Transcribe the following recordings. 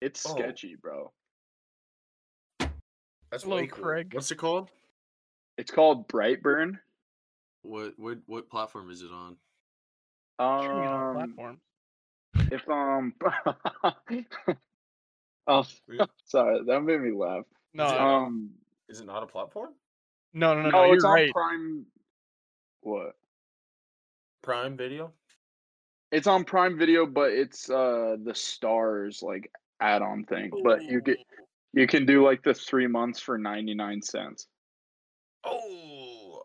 It's Oh. sketchy, bro. That's Hello, way cool. Craig. What's it called? It's called Brightburn. What what what platform is it on? Streaming on Um, platforms. if um, oh, Yeah. sorry, that made me laugh. No, it- no, Um, Is it not a platform? no, no, no, no, you're it's on right. Prime. What? Prime Video. It's on Prime Video, but it's uh the Stars like add-on thing. But you get you can do like the three months for ninety-nine cents. Oh,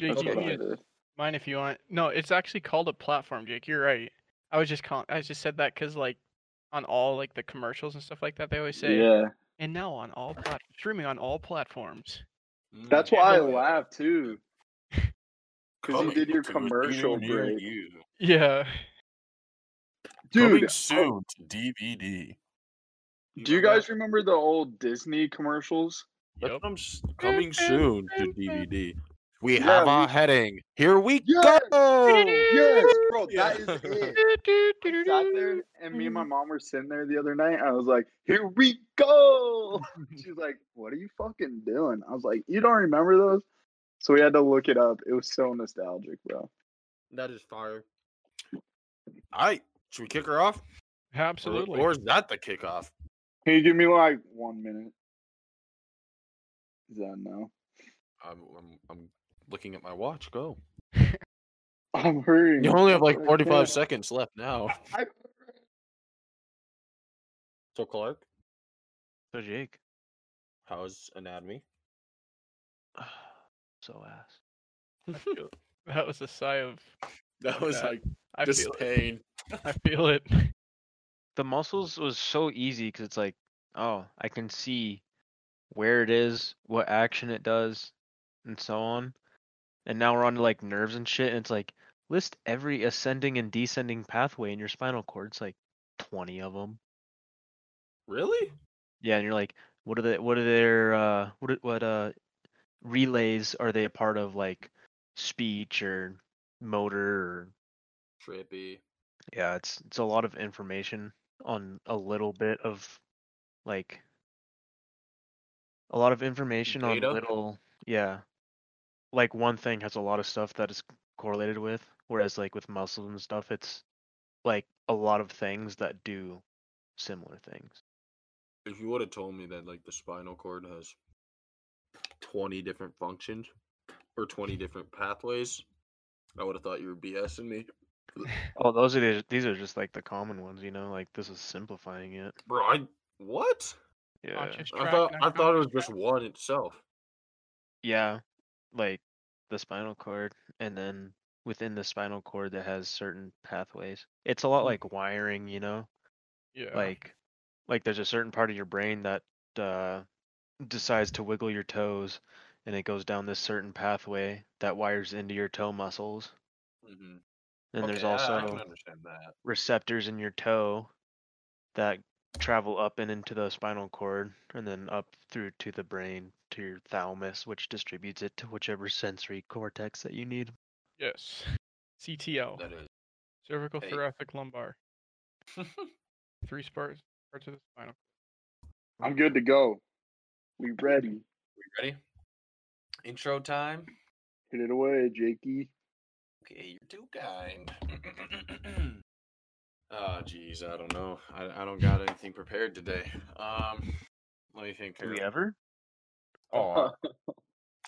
Jake, That's you what can I get did. mine if you want. No, it's actually called a platform, Jake. You're right. I was just calling. I just said that because like on all like the commercials and stuff like that, they always say, Yeah, and now on all plat- streaming on all platforms. that's why I Yeah. laugh too. 'cause you Coming did your to a commercial theater near break. you. Yeah. Dude, Coming soon to DVD. do you guys remember the old Disney commercials? That's Yep. what I'm s- coming soon to DVD. We Yeah, have our we- heading. Here we Yes! go. Oh, Yes, bro, Yeah. that is it. I sat there and me and my mom were sitting there the other night. I was like, here we go. She's like, what are you fucking doing? I was like, you don't remember those? So we had to look it up. It was so nostalgic, bro. That is fire. All right. Should we kick her off? Or- Absolutely. Or is that the kickoff? Can you give me like one minute? Is that no? I'm, I'm, I'm looking at my watch. Go. I'm hurrying. You only have like I 45 can't. seconds left now. I- So, Clark, So Jake, how's anatomy? so ass. that was a sigh of. That was Okay. like I just feel it. pain. I feel it. The muscles was so easy because it's like, oh, I can see where it is, what action it does, and so on. And now we're on to like nerves and shit, and it's like list every ascending and descending pathway in your spinal cord. It's like twenty of them. Really? Yeah, and you're like, what are the what are their uh what are- what uh relays are they a part of like speech or motor or Trippy. yeah, it's it's a lot of information on a little bit of like a lot of information on Data? little yeah. Like one thing has a lot of stuff that is correlated with, whereas like with muscles and stuff it's like a lot of things that do similar things. If you would have told me that like the spinal cord has twenty different functions or twenty different pathways, I would have thought you were BSing me. Oh, those are the, these are just like the common ones, you know. Like this is simplifying it. Bro, I what? Yeah. Just I track, thought I not thought it was conscious just track. one itself. Yeah, like the spinal cord, and then within the spinal cord that has certain pathways. It's a Mm. lot like wiring, you know. Yeah. Like, like there's a certain part of your brain that uh, decides to wiggle your toes, and it goes down this certain pathway that wires into your toe muscles. Mm-hmm. And there's I, I also can understand that. receptors in your toe that travel up and into the spinal cord and then up through to the brain to your thalamus which distributes it to whichever sensory cortex that you need Yes. Oh, CTO. That is. cervical Hey. thoracic lumbar. Three parts parts of the spinal. I'm good to go. We ready. We ready? Intro time. Hit it away, Jakey. Okay, you're too kind. oh, jeez, I don't know. I, I don't got anything prepared today. Um, let me think. do we here. ever Oh, all-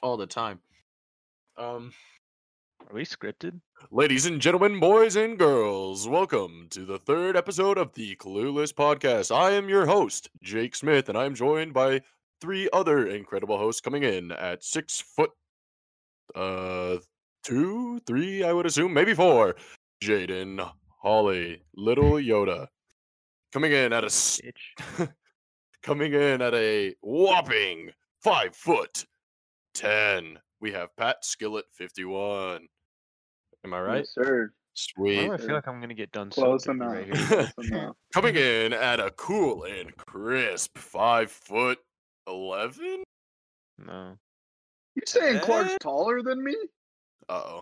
all the time. Um, are we scripted Ladies and gentlemen, boys and girls, welcome to the third episode of the Clueless Podcast. I am your host, Jake Smith, and I'm joined by three other incredible hosts coming in at six foot uh two, three, I would assume, maybe four. Jaden, Holly, Little Yoda. Coming in at a s- coming in at a whopping five foot ten. We have Pat Skillet fifty one. Am I right? Yes, sir. Why Sweet. do i Sure. feel like i'm gonna get done so Close dirty enough. right here Close enough. Coming in at a cool and crisp five foot eleven. no You saying Clark's Eh? taller than me? Uh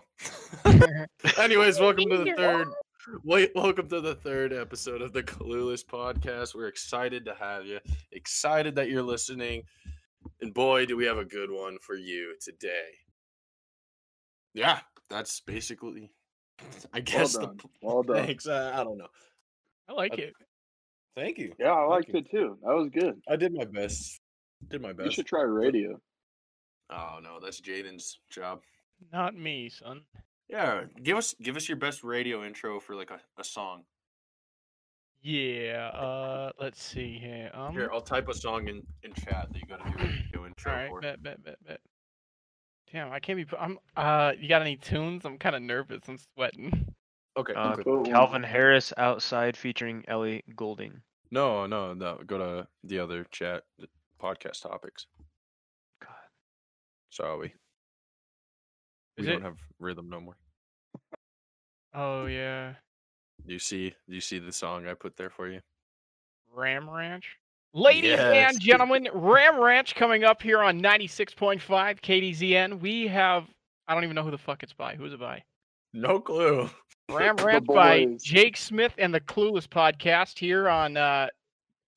oh. Anyways, welcome to the third Wait, welcome to the third episode of the Clueless Podcast. We're excited to have you, excited that you're listening. And boy, do we have a good one for you today. Yeah, that's basically, I guess, done. the. Well done. Thanks. I, I don't know. I like Okay. it. Thank you. Yeah, I Thank liked you. it too. That was good. I did my best. Did my You best. should try radio. Oh, no, that's Jaden's job. Not me, son. Yeah, give us give us your best radio intro for like a, a song. Yeah. Uh, let's see here. Um, Here, I'll type a song in, in chat that you got to do radio intro all right, for. bet, bet, bet, bet. Damn, I can't be. p- I'm. Uh, you got any tunes? I'm kind of nervous. I'm sweating. Okay, Uh, okay. Put one- Calvin Harris outside featuring Ellie Goulding. No, no, no. Go to the other chat the podcast topics. God. Sorry. Is we don't it- have rhythm no more. Oh yeah, Do you see do you see the song I put there for you? Ram Ranch. Ladies Yes. and gentlemen, Ram Ranch coming up here on 96.5 KDZN. We have. I don't even know who the fuck it's by. Who's it by? No clue. Ram The Rant by boys. Jake Smith and the Clueless podcast here on uh,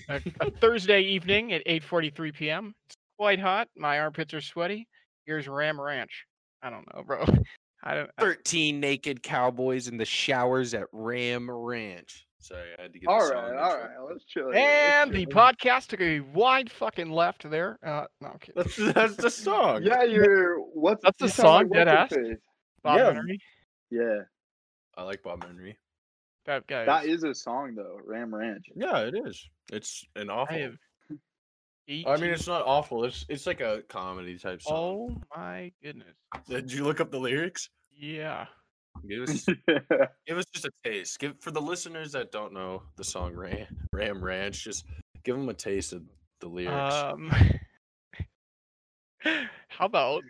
a, a Thursday evening at 8:43 p.m. It's quite hot. My armpits are sweaty. Here's Ram Ranch. I don't know, bro. I don't. I, 13 naked cowboys in the showers at Ram Ranch. Sorry, I had to get All the right, song all intro. right. Let's chill. here, and let's the chill. podcast took a wide fucking left there. Uh, no, I'm kidding. That's that's the song. Yeah, you're. What's That's the you sound song, deadass. What's-Her-Face. Bob yeah. Henry. Yeah, I like Bob Henry. That guy. that is- is a song though. Ram Ranch. Yeah, it is. It's an awful. I have. E I mean, it's not awful. It's it's like a comedy type song. Oh my goodness. Did you look up the lyrics? Yeah. Give us give us just a taste. Give for the listeners that don't know the song Ram, Ram Ranch. Just give them a taste of the lyrics. Um. how about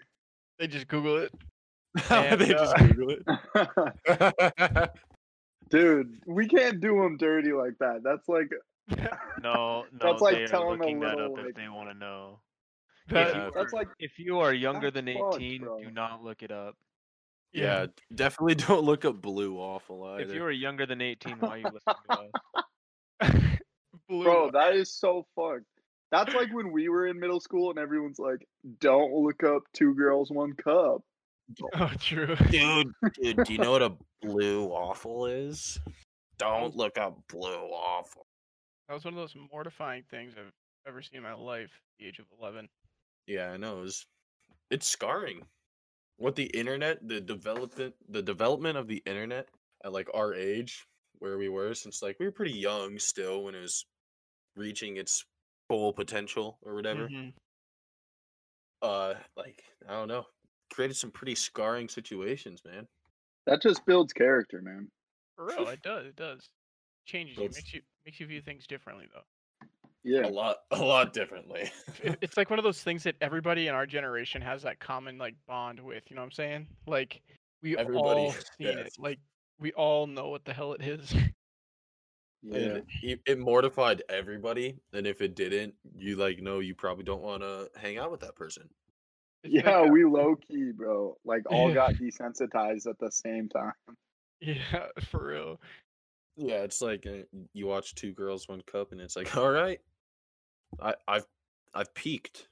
they just Google it? and, they just uh, Google it. Dude, we can't do them dirty like that. That's like No, no, That's like they are telling a looking that little, up like- if they want to know. That- Yeah. that's like If you are younger That's than fucked, 18, bro. do not look it up. yeah. definitely don't look up Blue Awful either. If you are younger than 18, why are you listening to us? Blue bro, that is so fucked. That's like when we were in middle school and everyone's like, "Don't look up two girls, one cup." Oh, true. dude, dude, do you know what a Blue Awful is? Don't look up Blue Awful. That was one of those mortifying things I've ever seen in my life. At the age of eleven. Yeah, I know. It's it's scarring. What the internet, the development, the development of the internet at like our age, where we were, since like we were pretty young still when it was reaching its full potential or whatever. Mm-hmm. Mhm. Uh, like I don't know, created some pretty scarring situations, man. That just builds character, man. For real, it does. It does. Changes you. That's- Makes you makes you view things differently, though. Yeah, A lot, a lot differently. It- It's like one of those things that everybody in our generation has that common like bond with. You know what I'm saying? Like we Everybody, all seen it. yes. Like we all know what the hell it is. yeah. and it, it mortified everybody. And if it didn't, you like know you probably don't want to hang out with that person. It's like Yeah, a- we low key, bro. Like all Yeah. got desensitized at the same time. yeah, for real. Yeah, it's like uh, you watch Two Girls One Cup, and it's like, all right, I, I've I've peaked.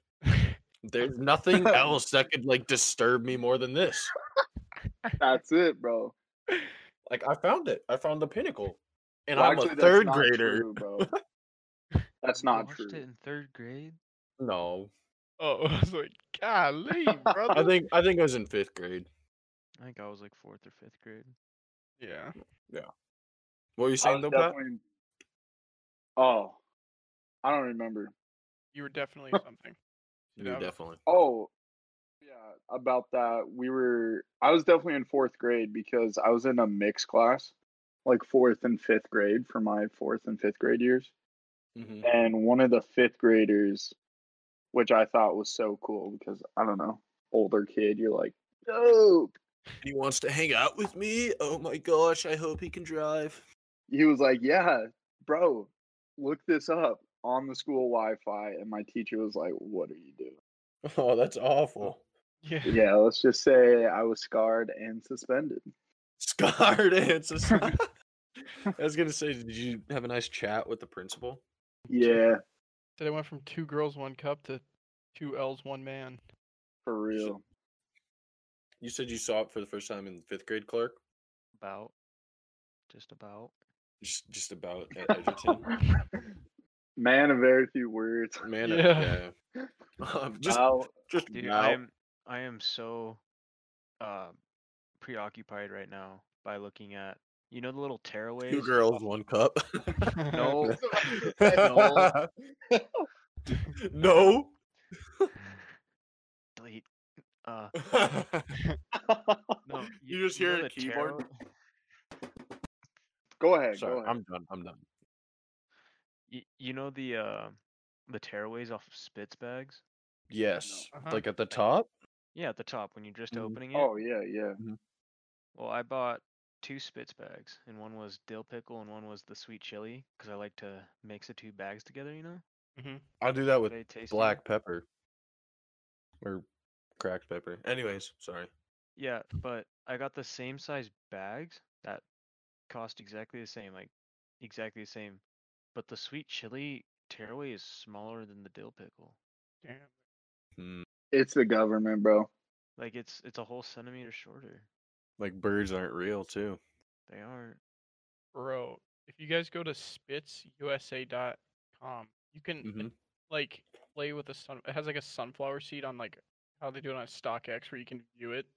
There's nothing else that could like disturb me more than this. That's it, bro. Like I found it. I found the pinnacle, and Well, I'm actually, a that's third not grader. true, bro. That's not watched true. it in third grade. No, Oh, I was like, golly, brother. I think I think I was in fifth grade. I think I was like fourth or fifth grade. yeah. What were you I saying was though, Pat? definitely- Oh, I don't remember. You were definitely something. You Yeah. definitely. Oh, yeah, about that. We were. I was definitely in fourth grade because I was in a mixed class, like fourth and fifth grade for my fourth and fifth grade years. Mhm. and one of the fifth graders, which I thought was so cool because I don't know, older kid, you're like, dope. He wants to hang out with me. Oh my gosh! I hope he can drive. He was like, yeah, bro, look this up on the school Wi-Fi, and my teacher was like, what are you doing? Oh, that's awful. Yeah. Yeah, let's just say I was scarred and suspended. Scarred and sus- I was gonna say, did you have a nice chat with the principal? Yeah, So they went from two girls, one cup to two L's, one man. for real. You said you saw it for the first time in fifth grade, Clark. About. Just about. Just, just about at Edgerton. Man of very few words. Man, uh, Yeah. yeah. Um, just, Wow. just Dude, now. I am I am so uh preoccupied right now by looking at you know the little tearaways? two girls, one cup. No. no. no. Delete. Uh no, go You just hear know a the keyboard. tearaw- ahead. go Sorry, ahead. I'm done. I'm done. y- you know the uh the tearaways off of Spitz bags? Yes, Uh-huh. like at the top. Yeah, at the top when you're Mm, just Mhm. opening it. Oh yeah, yeah. Well, I bought two Spitz bags, and one was dill pickle, and one was the sweet chili, because I like to mix the two bags together. You know, I do that with they taste good. black pepper or cracked pepper. Anyways, sorry. Yeah, but I got the same size bags that cost exactly the same, like exactly the same. But the sweet chili tearaway is smaller than the dill pickle. Damn. Mm, It's the government, bro. Like it's it's a whole centimeter shorter. like birds aren't real too. They aren't. Bro, if you guys go to spitsusa.com, you can Mhm. like play with a sun. It has like a sunflower seed on like how they do it on StockX where you can view it.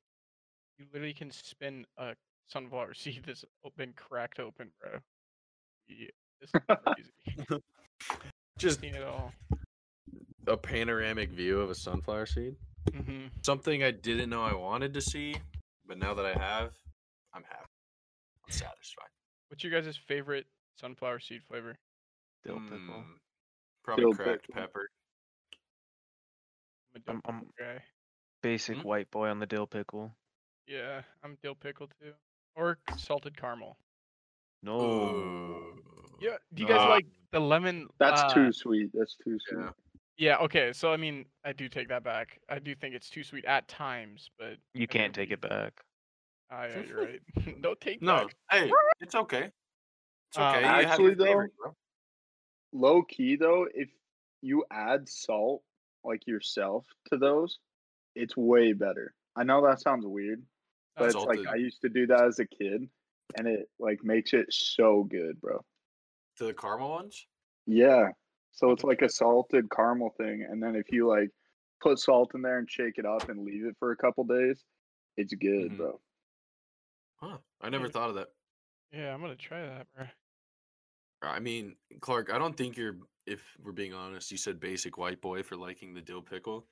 You literally can spin a sunflower seed that's o- been cracked open, bro. Yeah, this is crazy. Just Seen it all. a panoramic view of a sunflower seed. Mhm. Something I didn't know I wanted to see, but now that I have, I'm happy. I'm satisfied. What's your guys' favorite sunflower seed flavor? Dill pickle. Mm, Probably Dill cracked pickle. pepper. I'm a dill I'm- I'm- Hmm? pickle guy. Basic Mm. white boy on the dill pickle. Yeah, I'm dill pickle too, or salted caramel. No. Ooh. Yeah, do you guys Nah. like the lemon? That's uh, Ah. too sweet. That's too sweet. yeah. Yeah, okay. So I mean, I do take that back. I do think it's too sweet at times, but You can't take it back. Ah, yeah, you're right. no take No, back. hey, it's okay. It's Um, okay. you have your Uh, actually, though, favorite, bro. Low key though, if you add salt like yourself to those, it's way better. I know that sounds weird, but it's like Salted. I used to do that as a kid, and it like makes it so good, bro. the caramel ones. Yeah. So I'll it's have to like try a that. salted caramel thing, and then if you like put salt in there and shake it up and leave it for a couple days, it's good, Mhm. bro. Huh. I never Mm. Yeah. thought of that. Yeah, I'm gonna try that, bro. I mean, Clark, I don't think you're, if we're being honest, you said basic white boy for liking the dill pickle.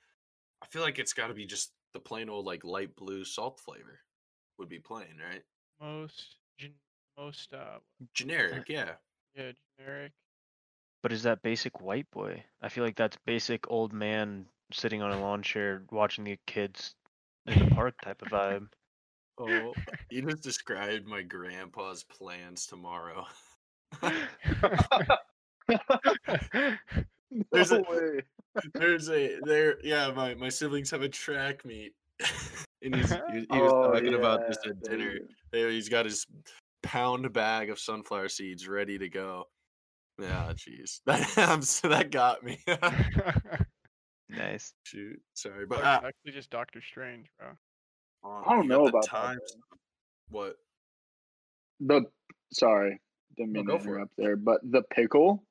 I feel like it's got to be just the plain old, like, light blue salt flavor would be plain, right? Most gen- most uh Generic, yeah. yeah generic. But is that basic white boy? I feel like that's basic old man sitting on a lawn chair watching the kids in the park type of vibe. Oh, you just described my grandpa's plans tomorrow. There's no a- way. There's a, there, yeah, my, my siblings have a track meet. and he's, he, he was Oh, talking about this yeah, at there dinner. you go. There, He's got his pound bag of sunflower seeds ready to go. Yeah, jeez, that I'm s- that got me. Nice. Shoot, sorry, But but ah. uh, actually, just Doctor Strange, bro. I don't you got know the about that, times- What? The sorry, didn't No, mean go to for it. interrupt there, but the pickle,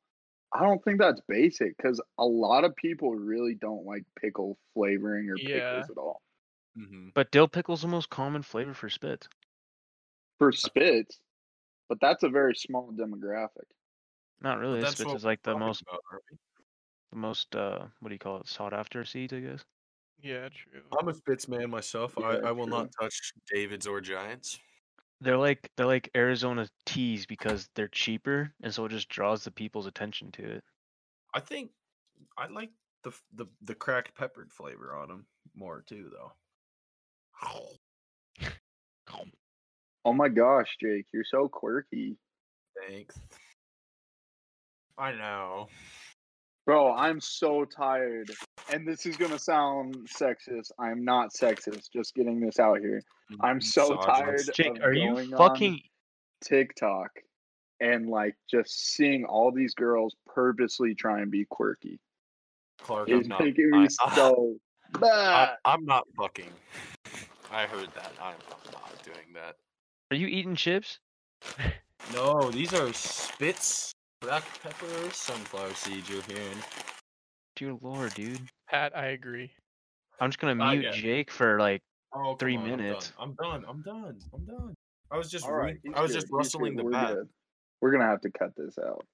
I don't think that's basic because a lot of people really don't like pickle flavoring or Yeah. pickles at all. Mhm. But dill pickle's the most common flavor for spit. For spits, but that's a very small demographic. Not really. that's Spitz what is like the Talking most, about, aren't we? the most, uh, what do you call it? Sought after seeds, I guess. Yeah, true. I'm a Spitz man myself. I, Yeah, I will not touch Davids or Giants. They're like they're like Arizona teas because they're cheaper, and so it just draws the people's attention to it. I think I like the f- the the cracked peppered flavor on them more too, though. Oh my gosh, Jake, you're so quirky. Thanks. I know. Bro, I'm so tired. And this is gonna sound sexist. I'm not sexist, just getting Mm, this out here. I'm so Misogynist. tired. Of Jake, are you going on fucking? TikTok and like just seeing all these girls purposely try and be quirky Clark, is I'm not, making I, me so I, mad. am not fucking. I heard that. I'm, I'm not doing that. Are you eating chips? No, these are spits, black pepper, sunflower seeds you're hearing. Dear lord, dude. Pat, I agree. I'm just gonna Ah, mute yeah. Jake for like Oh, come Three on, minutes. I'm done. I'm done. I'm done. I'm done. I was just All right, re- he's I was good, just he's good, rustling the we're bat. good. We're gonna have to cut this out.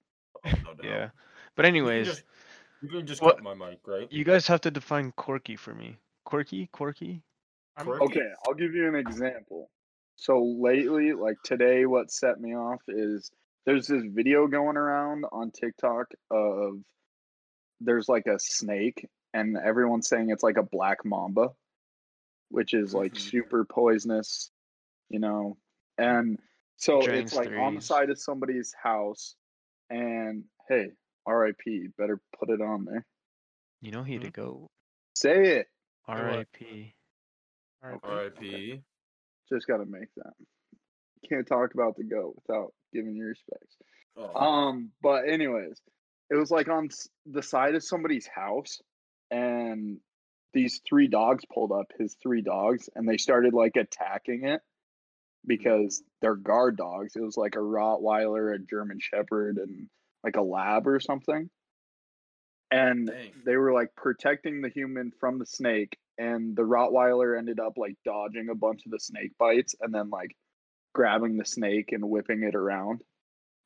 Oh, no doubt. yeah. But anyways, just- You can just What- cut my mic, right? you guys have to define quirky for me. Quirky, quirky. I'm Quirky. Okay, I'll give you an example. So lately, like today, what set me off is there's this video going around on TikTok of there's like a snake, and everyone's saying it's like a black mamba, which is like Mhm. super poisonous, you know. And so Giant it's like on the threes. side of somebody's house, and hey, R.I.P. Better put it on there. You know he had Mhm. to Mm-hmm. go. Say it. what? R.I.P. All right. R.I.P. Just gotta make that. Can't talk about the goat without giving your respects. Oh, Um, but anyways, it was like on s- the side of somebody's house, and these three dogs pulled up his three dogs, and they started like attacking it because they're guard dogs. It was like a Rottweiler, a German Shepherd, and like a Lab or something. And Dang. they were like protecting the human from the snake, and the Rottweiler ended up like dodging a bunch of the snake bites, and then like grabbing the snake and whipping it around.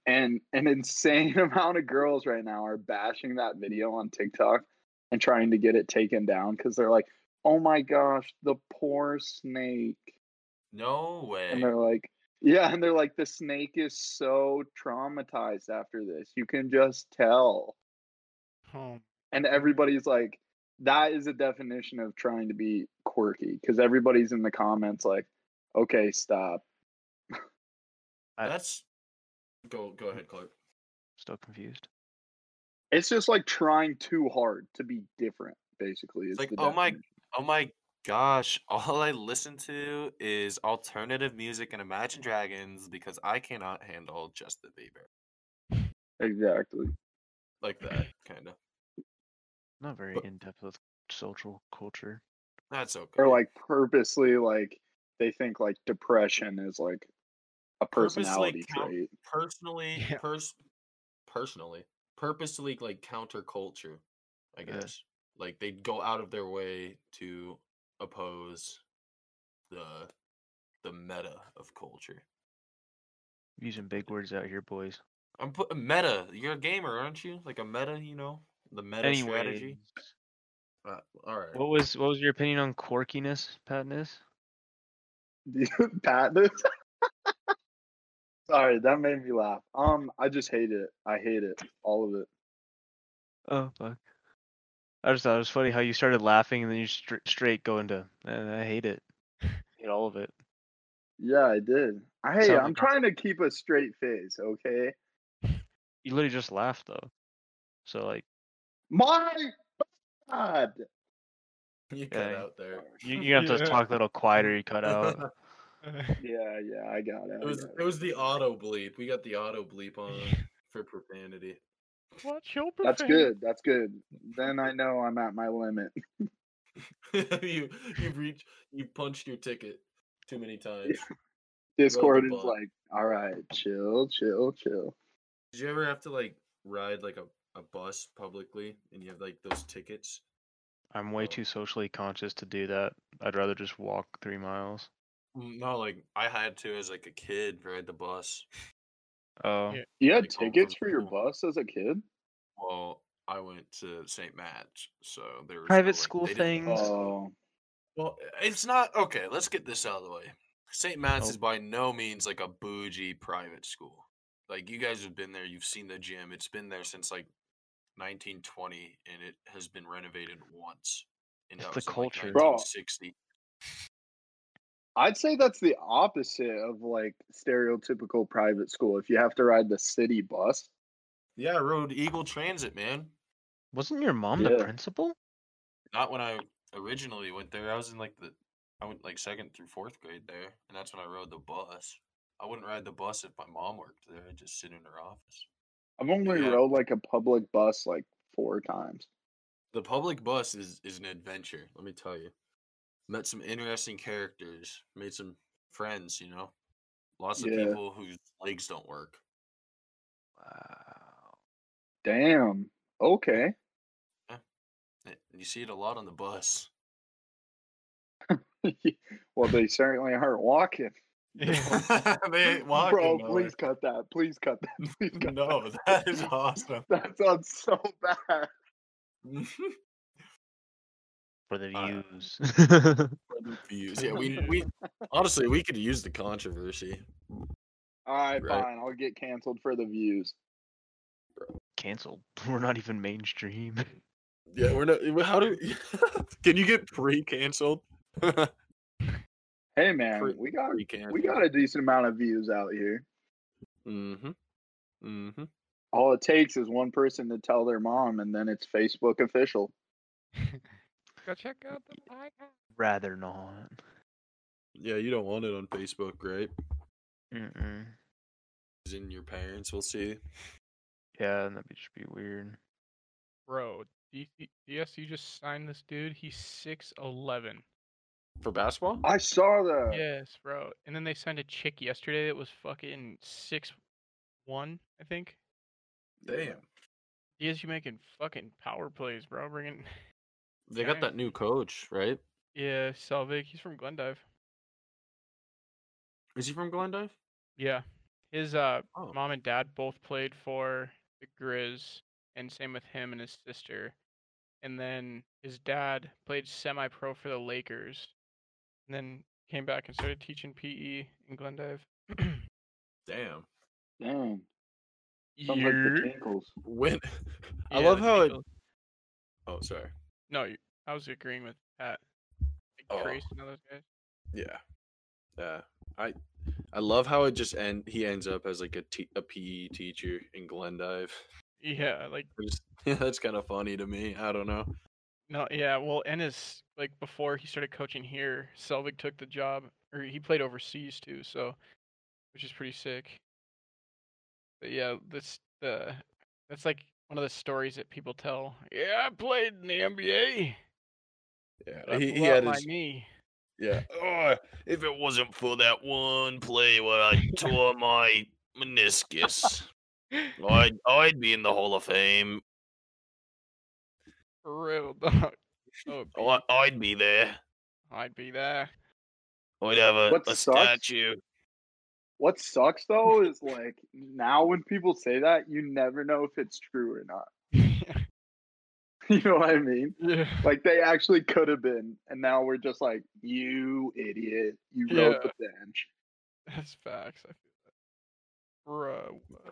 And an insane amount of girls right now are bashing that video on TikTok and trying to get it taken down because they're like, oh my gosh, the poor snake. no way. And they're like, yeah, and they're like, the snake is so traumatized after this. You can just tell. Home. And Mm-hmm. everybody's like, that is a definition of trying to be quirky because everybody's in the comments like, okay, stop. I- That's go go ahead, Clark. Still confused. It's just like trying too hard to be different, basically. is like, the oh my- definition. Oh my gosh! All I listen to is alternative music and Imagine Dragons because I cannot handle Justin Bieber Exactly. like that kind of. Not very But- in depth with social culture. That's okay. Or like purposely, like, they think like depression is like a Purposely personality count- trait. personally, Yeah. pers- personally, purposely like counterculture. I Yeah. guess like they go out of their way to oppose the the meta of culture. Using big words out here, boys. I'm put meta. You're a gamer, aren't you? Like a meta, you know, the meta Anyway, strategy. Uh, all right. what was what was your opinion on quirkiness, patness? Patness. Sorry, that made me laugh. Um, I just hate it. I hate it. All of it. Oh fuck! I just thought it was funny how you started laughing and then you str- straight go into "Eh, I hate it, hate all of it. Yeah, I did. I hey, Sounds I'm like trying to keep a straight face, okay? You literally just laughed though. So like My God. You cut Yeah. out there. you, you have to Yeah. talk a little quieter. You cut out. Yeah, yeah, I got it. I It was got it was the auto bleep. We got the auto bleep on for profanity. Watch your That's profanity. good. That's good. Then I know I'm at my limit. you you reach you punched your ticket too many times. Discord is bug. like, all right, chill, chill, chill. Did you ever have to like ride like a, a bus publicly and you have like those tickets? I'm way too socially conscious to do that. I'd rather just walk three miles. Mm, No, like I had to as like a kid ride the bus. Oh, Yeah. You had Like, home tickets from for your school. bus as a kid? Well, I went to St. Matt's, so there was Private like, school they didn't- things. Oh, Well, it's not okay. Let's get this out of the way. St. Matt's Oh. is by no means like a bougie private school. Like you guys have been there, you've seen the gym. It's been there since like 1920, and it has been renovated once. And It's that the was in, like, culture. Bro. 1960. I'd say that's the opposite of like stereotypical private school. If you have to ride the city bus, Yeah, I rode Eagle Transit, man. wasn't your mom Yeah. the principal? Not when I originally went there. I was in like the I went like second through fourth grade there, and that's when I rode the bus. I wouldn't ride the bus if my mom worked there. I'd just sit in her office. I've only Yeah. rode like a public bus like four times. The public bus is is an adventure. Let me tell you. Met some interesting characters. Made some friends. You know, lots of Yeah. people whose legs don't work. Wow. Damn. Okay. Eh, You see it a lot on the bus. well, they certainly aren't walking. they ain't walking. Bro, nowhere. please cut that. Please cut that. Please cut No, that is awesome. that. That sounds so bad. For the Uh, views. Views. yeah, we we honestly we could use the controversy. All right, Right. fine. I'll get canceled for the views. Canceled. We're not even mainstream. Yeah, we're not. How do? Can you get pre-canceled? Hey, man, Pre- we got we can. we got a decent amount of views out here. Mm-hmm. Mm-hmm. All it takes is one person to tell their mom, and then it's Facebook official. Go check out the podcast. Rather not. Yeah, you don't want it on Facebook, right? Mm-mm. In your parents will see. Yeah, that'd be, just be weird. Bro, do you, do yes, you just signed this dude. He's six eleven. For basketball? I saw that. Yes, bro. And then they signed a chick yesterday that was fucking six one, I think. damn. Yes, you making fucking power plays, bro. Bringing They got Dang. that new coach, right? yeah, Selvig. He's from Glendive. Is he from Glendive? Yeah, his uh Oh. mom and dad both played for the Grizz, and same with him and his sister. And then his dad played semi-pro for the Lakers, and then came back and started teaching PE in Glendive. Damn. Damn. Sounds like the Tinkles. When I Yeah, love the how it. Eagles. Oh, sorry. No, y- I was agreeing with Pat. Like Oh. Trace and all those guys. Yeah. Yeah. I I love how it just end. He ends up as like a te- a PE teacher in Glendive. Yeah, like I just- that's kind of funny to me. I don't know. no, yeah. Well, Ennis, like before he started coaching here, Selvig took the job, or he played overseas too, so which is pretty sick. But yeah, this the that's like one of the stories that people tell. Yeah, I played in the NBA. but Yeah. I He, he blew out had my his knee. yeah. Oh, if it wasn't for that one play where I tore my meniscus, I'd, I'd be in the Hall of Fame. For real dog. Oh, I- I'd be there. I'd be there. I'd have a, What a sucks- statue. What sucks though is like now when people say that, you never know if it's true or not. You know what I mean? yeah. Like they actually could have been, and now we're just like, you idiot, you rode the bench. That's facts. I feel that. Bruh. uh,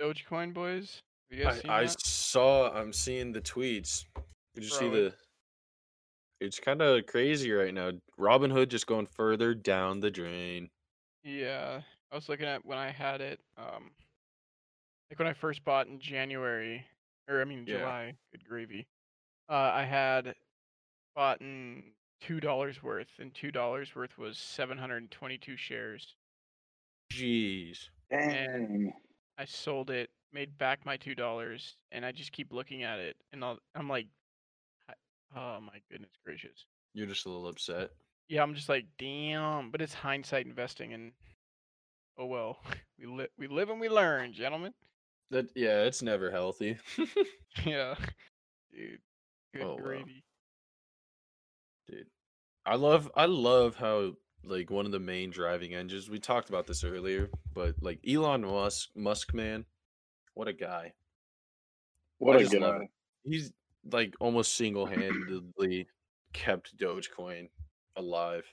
Dogecoin boys. Have you guys seen I, I that? saw. I'm seeing the tweets. Did you see Bro, the? it's- It's kind of crazy right now. Robin Hood just going further down the drain. Yeah. I was looking at when I had it, um like when I first bought in January or I mean Yeah. July, good gravy. Uh I had bought in two dollars worth and two dollars worth was seven hundred and twenty two shares. Jeez. Dang. I sold it, made back my two dollars, and I just keep looking at it and I'll, I'm like "I- oh my goodness gracious. You're just a little upset. yeah, I'm just like, damn. But it's hindsight investing, and oh well, we li- we live and we learn, gentlemen. That yeah, it's never healthy. yeah, dude, good Oh, well. gravy. Dude. I love I love how like one of the main driving engines we talked about this earlier, but like Elon Musk Musk man, what a guy. What a just good love eye. it. He's like almost single handedly kept Dogecoin alive.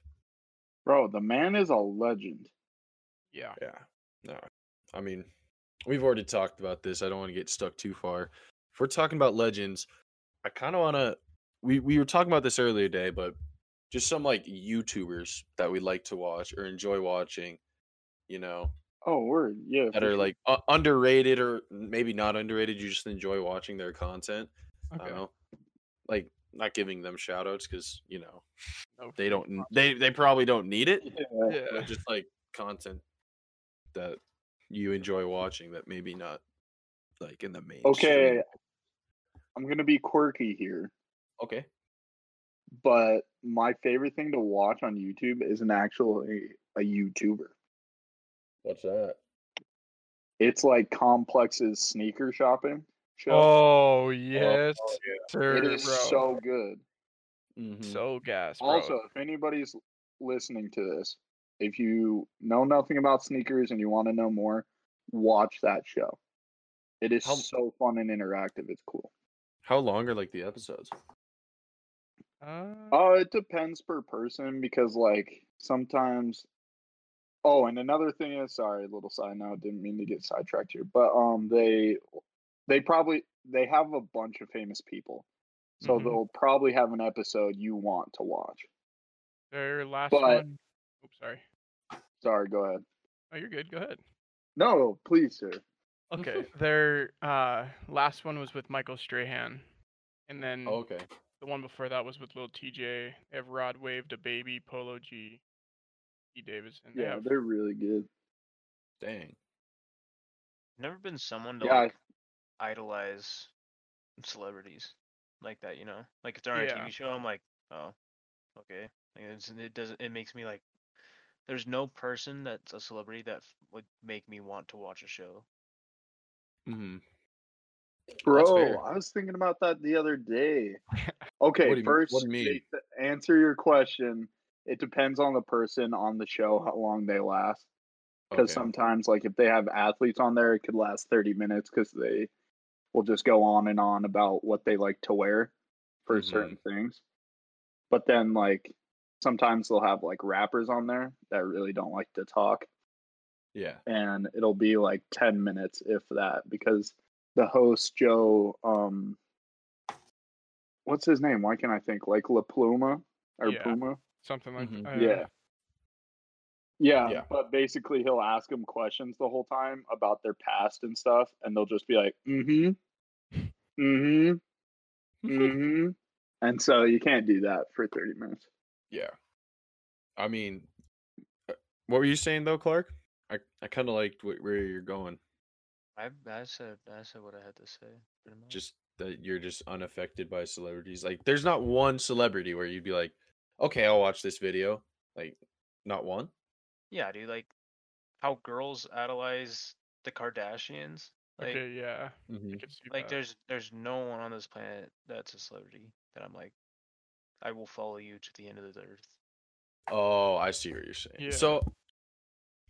Bro, the man is a legend. Yeah, Yeah. No. I mean, we've already talked about this. I don't want to get stuck too far. If we're talking about legends, I kind of want to. We, we were talking about this earlier today, but just some like YouTubers that we like to watch or enjoy watching, you know, Oh, word. Yeah. that for are sure. like uh, underrated or maybe not underrated. You just enjoy watching their content. I okay. don't know. Like, not giving them shout outs because, you know, No they don't, they, they probably don't need it. Yeah. Yeah, but Just like content that you enjoy watching that maybe not like in the main. Okay, I'm gonna be quirky here, Okay. but my favorite thing to watch on YouTube is an actual a, a YouTuber. What's that? It's like Complex's sneaker shopping show. Oh yes, it sir, is bro. Mm-hmm. so good. Mm-hmm. so gas, bro. Also, if anybody's listening to this, if you know nothing about sneakers and you want to know more, watch that show. It is How- so fun and interactive. It's cool. How long are like the episodes? Uh, Oh, it depends per person because, like, sometimes. Oh, and another thing is, sorry, little side note. Didn't mean to get sidetracked here, but um, they they probably they have a bunch of famous people, so Mhm. they'll probably have an episode you want to watch. their last but- one. Oops, sorry. Sorry, go ahead. Oh, you're good. Go ahead. No, please, sir. Okay, their uh, last one was with Michael Strahan, and then Oh, Okay. the one before that was with Lil TJ. They have Rod Wave, a baby, Polo G, E Davis, and they Yeah, have they're really good. Dang. Never been someone to Yeah, I- like idolize celebrities like that, you know? Like if they're on a Yeah. TV show, I'm like, oh, okay. Like it's, it doesn't. It makes me like. There's no person that's a celebrity that f- would make me want to watch a show. Mm-hmm. Bro, I was thinking about that the other day. What Okay, do you- what first, do you to- mean? to answer your question. It depends on the person on the show how long they last. Because sometimes, like, if they have athletes on there, it could last 30 minutes because they will just go on and on about what they like to wear for Mhm. certain things. But then, like, sometimes they'll have like rappers on there that really don't like to talk. Yeah. and it'll be like 10 minutes if that because the host joe um what's his name why can't i think like la pluma or Yeah. puma something like Mhm. uh, yeah. yeah Yeah. but basically he'll ask them questions the whole time about their past and stuff and they'll just be like mm-hmm mm-hmm mm-hmm and so you can't do that for 30 minutes Yeah. I mean, uh, what were you saying though, Clark? I, I kind of liked wh- where you're going. I I said I said what I had to say. Pretty much. Just that you're just unaffected by celebrities. Like, there's not one celebrity where you'd be like, okay, I'll watch this video. Like, not one. yeah, dude. Like how girls idolize the Kardashians. Like Okay, yeah. I Mm-hmm. could see like that. there's there's no one on this planet that's a celebrity that I'm like, I will follow you to the end of the earth. Oh, I see what you're saying. Yeah. So,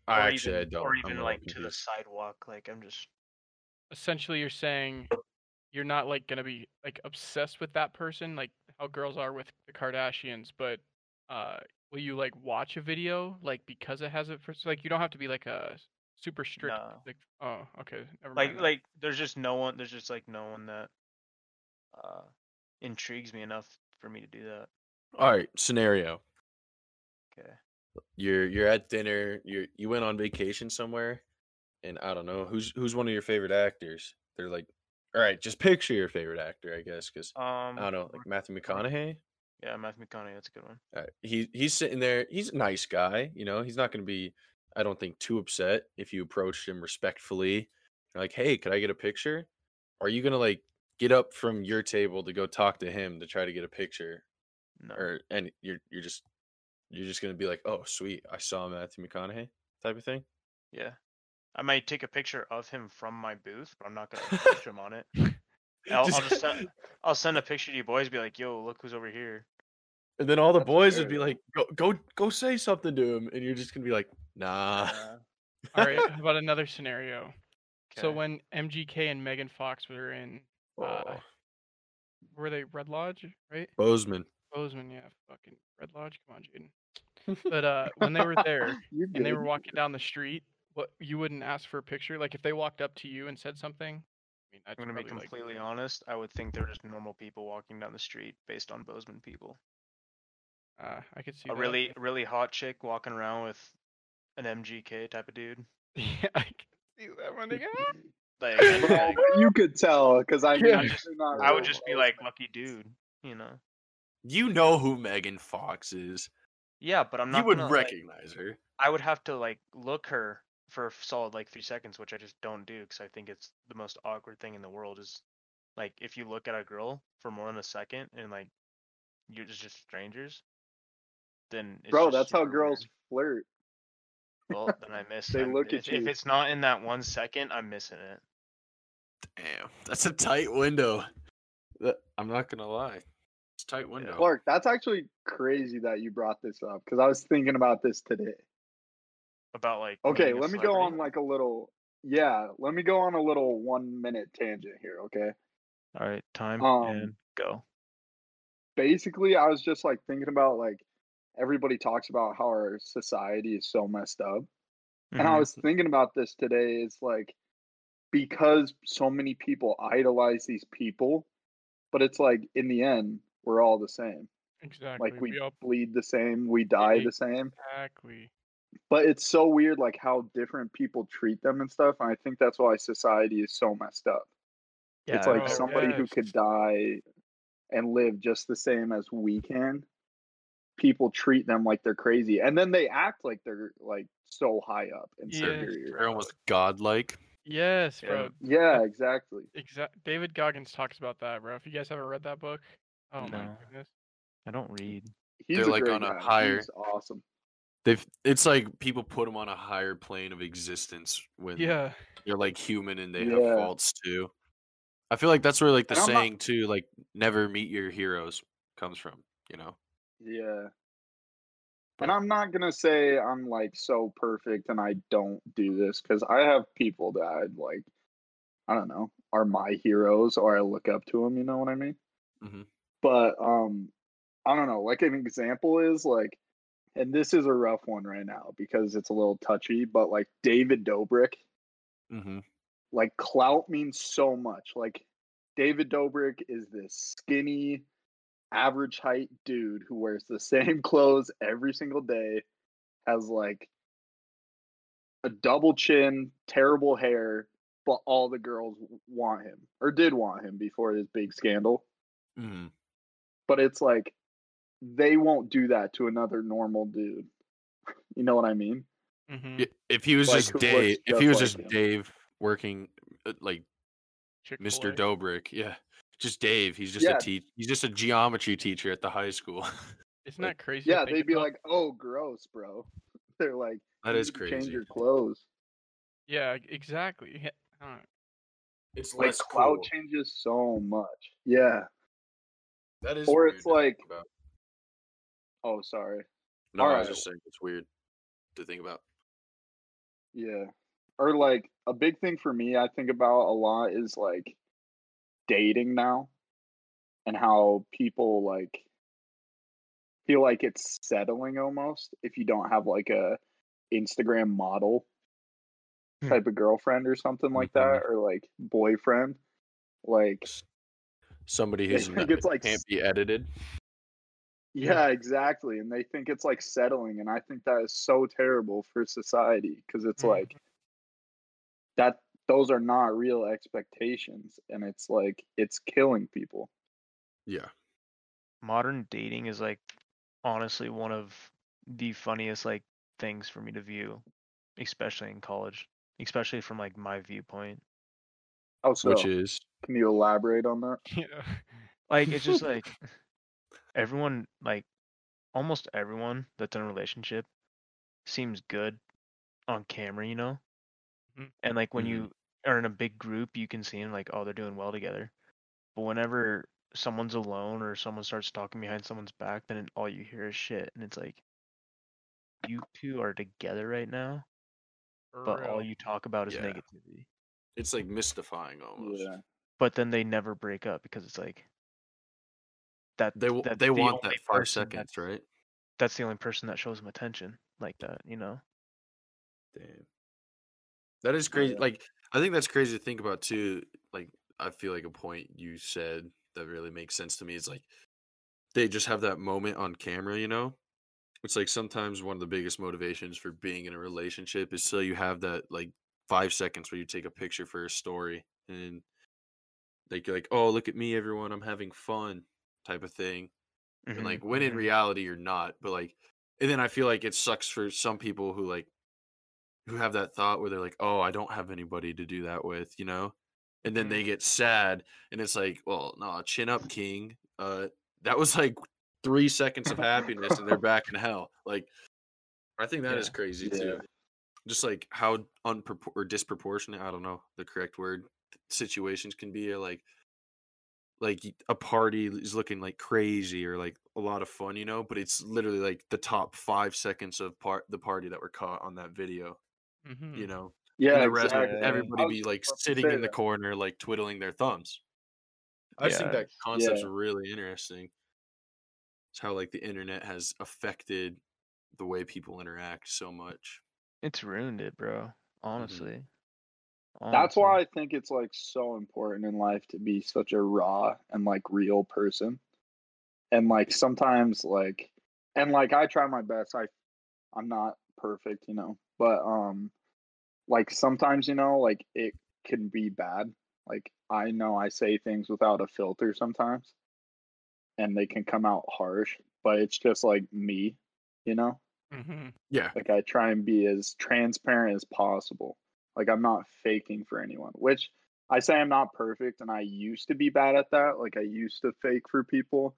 I Or actually I even- don't. Or I'm even a little like to the confused. sidewalk. Like I'm just essentially you're saying you're not like gonna be like obsessed with that person, like how girls are with the Kardashians, but uh, will you like watch a video like because it has it for like you don't have to be like a s- super strict No. like oh okay never mind like then. like there's just no one. There's just like no one that uh intrigues me enough for me to do that. All right, scenario. Okay. You're you're at dinner. You you went on vacation somewhere, and I don't know who's who's one of your favorite actors. They're like, all right, just picture your favorite actor, I guess, because Um. I don't know, like Matthew McConaughey. yeah, Matthew McConaughey. That's a good one. All right, uh, he he's sitting there. He's a nice guy, you know. He's not going to be, I don't think, too upset if you approached him respectfully. You're like, hey, could I get a picture? Are you going to like get up from your table to go talk to him to try to get a picture? No. or and you're you're just you're just gonna be like, oh sweet, I saw Matthew McConaughey type of thing. Yeah. I might take a picture of him from my booth, but I'm not gonna post him on it. I'll, I'll just send, I'll send a picture to you boys. Be like, yo, look who's over here. and then all the That's boys would fair. be like, go go go say something to him, and you're just gonna be like, nah. Uh, all right how about another scenario so okay. when MGK and Megan Fox were in uh, Oh, were they Red Lodge right Bozeman. Bozeman yeah fucking Red Lodge come on Jaden but uh when they were there You're and they good. were walking down the street, what you wouldn't ask for a picture? Like if they walked up to you and said something, I mean, I'd I'm gonna be probably, like, completely honest. I would think they're just normal people walking down the street based on Bozeman people. uh, I could see A that. really, really hot chick walking around with an MGK type of dude. yeah, I could see that when they go, "Ah." Like, I'd be Bro, like- you could tell because I mean, Yeah. they're not I would real just be close. like, lucky dude, you know? You know who Megan Fox is. Yeah, but I'm not. you would gonna, like- recognize her. I would have to like look her for a solid like three seconds, which I just don't do because I think it's the most awkward thing in the world. Is like if you look at a girl for more than a second and like you're just, just strangers, then it's Bro, just that's how super girls weird. flirt. Well, Oh, then I miss. They I'm- look if, at If you. it's not in that one second, I'm missing it. Damn, that's a tight window. That- I'm not gonna lie, it's a tight Oh. window. Clark, that's actually crazy that you brought this up because I was thinking about this today. About like. Okay, being a let me go on celebrity. like a little. Yeah, let me go on a little one minute tangent here, okay? All right, time Um, and go. basically i was just like thinking about like everybody talks about how our society is so messed up and i Mm-hmm. Mhm. was thinking about this today it's like because so many people idolize these people but it's like in the end we're all the same Exactly. Mm-hmm. like we all bleed the same we die hate- the same pack. We but it's so weird like how different people treat them and stuff and i think that's why society is so messed up Yeah, it's I like agree. Oh, somebody who yes. could die and live just the same as we can. People treat them like they're crazy, and then they act like they're like so high up and Yeah. superior. They're almost godlike. yes, Yeah. bro. Yeah, exactly. Exact. David Goggins talks about that, bro. If you guys haven't read that book, oh my No. goodness. I don't read. He's They're, a like, great on a guy. higher- He's awesome. They've, it's like people put them on a higher plane of existence when Yeah. they're like human and they Yeah. have faults too. I feel like that's where like the And I'm not- saying too, like never meet your heroes, comes from. You know, Yeah. And I'm not gonna say I'm like so perfect and I don't do this because I have people that I'd like, I don't know, are my heroes or I look up to them. You know what I mean? Mhm. But um, I don't know. Like an example is like, and this is a rough one right now because it's a little touchy. But like David Dobrik, mm-hmm. like clout means so much. Like David Dobrik is this skinny, average height dude who wears the same clothes every single day, has like a double chin, terrible hair, but all the girls w- want him or did want him before his big scandal. Mm-hmm. But it's like they won't do that to another normal dude. You know what I mean? Mm-hmm. Y- If he was Like, just who looks Dave, if he was just like just him. Dave working uh, like Mr. Dobrik, yeah, just Dave. He's just Yeah. a te- he's just a geometry teacher at the high school. Isn't that crazy? to Yeah, think they'd be about? like, "Oh, gross, bro." They're like, that "You is need to Change crazy. your clothes." Yeah, exactly. Yeah, huh. It's like less cloud cool. changes so much. Yeah. That is Or weird it's to think like- about. Oh, sorry. No, I was Alright. just saying it's weird to think about. Yeah. Or like a big thing for me I think about a lot is like dating now and how people like feel like it's settling almost if you don't have like a Instagram model Hmm. type of girlfriend or something like that or like boyfriend. Like Somebody They who's think not, it's like can't s- be edited. Yeah, exactly. And they think it's like settling. And I think that is so terrible for society because it's Mm-hmm. Mhm. like that, those are not real expectations. And it's like, it's killing people. Yeah. Modern dating is like honestly one of the funniest like things for me to view, especially in college, especially from like my viewpoint. Oh, so Which is can you elaborate on that? Yeah. Like it's just like everyone like almost everyone that's in a relationship seems good on camera, you know? Mhm. And like when Mhm. you are in a big group, you can see them like, oh, they're doing well together. But whenever someone's alone or someone starts talking behind someone's back, then all you hear is shit. And it's like, you two are together right now, For but all real. you talk about is Yeah. negativity. it's like mystifying almost. Yeah. But then they never break up because it's like, that They w- that's they the want only that five person seconds, that's- right? That's the only person that shows them attention like that, you know? Damn. That is crazy. yeah. Like I think that's crazy to think about too. Like I feel like a point you said that really makes sense to me is like they just have that moment on camera, you know? It's like sometimes one of the biggest motivations for being in a relationship is so you have that like five seconds where you take a picture for a story and like you're like, oh look at me everyone, I'm having fun type of thing. Mhm, and like when in mhm. reality you're not but like and then i feel like it sucks for some people who like who have that thought where they're like, "Oh, I don't have anybody to do that with," you know, and then they get sad, and it's like, "Well, no, chin up, king." Uh, that was like three seconds of happiness, and they're back in hell. Like, I think that is Yeah. crazy Yeah. too. Just like how unpropor- or disproportionate, I don't know the correct word, situations can be. Or like, like y- a party is looking like crazy or like a lot of fun, you know, but it's literally like the top five seconds of part the party that were caught on that video, Mm-hmm. you know. Yeah, and the rest exactly. would Yeah. I everybody was be like about to sitting say in the that. corner, like twiddling their thumbs. I just think Yeah. that concept's Yeah. really interesting. It's how like the internet has affected the way people interact so much. It's ruined it, bro. Mm-hmm. Honestly. That's Honestly. why I think it's like so important in life to be such a raw and like real person. And like sometimes like and like I try my best. I I'm not perfect, you know. But um like sometimes, you know, like it can be bad. Like I know I say things without a filter sometimes and they can come out harsh, but it's just like me, you know? Mm-hmm. Yeah. like i try and be as transparent as possible like i'm not faking for anyone which i say i'm not perfect and i used to be bad at that like i used to fake for people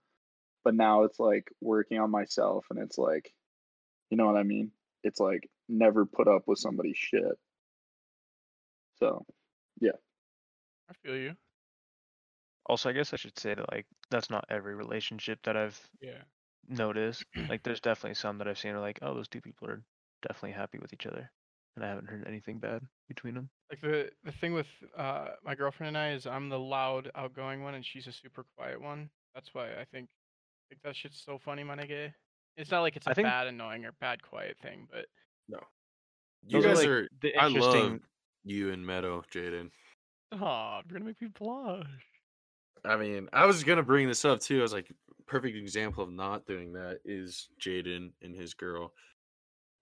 but now it's like working on myself and it's like you know what i mean it's like never put up with somebody's shit so I feel you. Also, I guess I should say that like that's not every relationship that I've Yeah. noticed. Like, there's definitely some that I've seen are like, oh, those two people are definitely happy with each other, and I haven't heard anything bad between them. Like the the thing with uh my girlfriend and I is I'm the loud outgoing one and she's a super quiet one. That's why I think like that shit's so funny, my nigga. It's not like it's a I think- bad annoying or bad quiet thing, but You Those guys like, are the I interesting. love you and Meadow, Jaden. oh, you're gonna make me blush. I mean, I was gonna bring this up too. I was like, perfect example of not doing that is Jaden and his girl.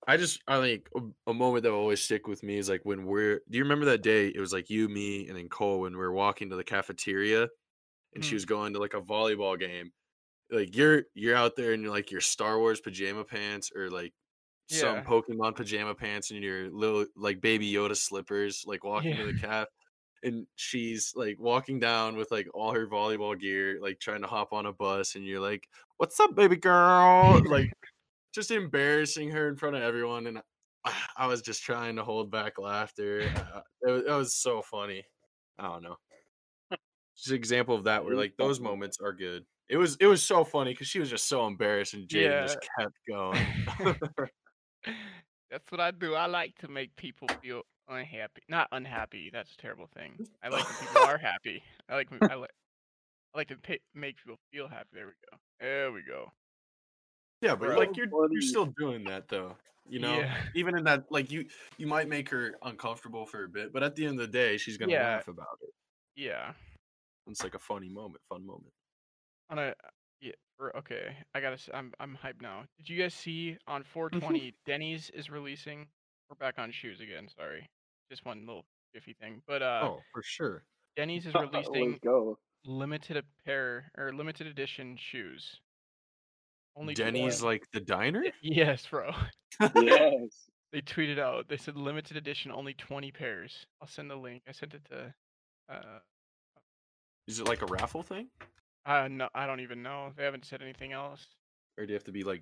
I just, I think a, a moment that will always stick with me is like when we're. Do you remember that day? It was like you, me, and then Cole when we were walking to the cafeteria, and she Mm-hmm. Mm. was going to like a volleyball game. Like you're you're out there and you're like your Star Wars pajama pants or like Yeah. some Pokemon pajama pants and your little like baby Yoda slippers, like walking to the calf and she's like walking down with like all her volleyball gear, like trying to hop on a bus, and you're like, "What's up, baby girl?" like just embarrassing her in front of everyone, and I, I was just trying to hold back laughter. Uh, it, was, it was so funny. I don't know. Just an example of that where like those moments are good. It was it was so funny because she was just so embarrassed, and Jaden just kept going. That's what I do. I like to make people feel unhappy. Not unhappy. That's a terrible thing. I like when people are happy. I like. when- I like. I like to pa make people feel happy. There we go. There we go. Yeah, but Bro. like you're Funny. you're still doing that though. You know, Yeah. even in that, like you you might make her uncomfortable for a bit, but at the end of the day, she's gonna Yeah. laugh about it. Yeah. It's like a funny moment, fun moment. On a. Yeah. or- Okay. I gotta. s- I'm. I'm hyped now. Did you guys see on Mm-hmm. 420? Denny's is releasing. We're back on shoes again. Sorry. Just one little iffy thing. But uh, oh, for sure. Denny's is let's releasing go limited a pair or limited edition shoes. to Denny's order. like the diner. Y- Yes, bro. yes They tweeted out. They said limited edition, only 20 pairs. I'll send the link. I sent it to. Uh, Is it like a raffle thing, uh no, I don't even know. They haven't said anything else. or do you have to be like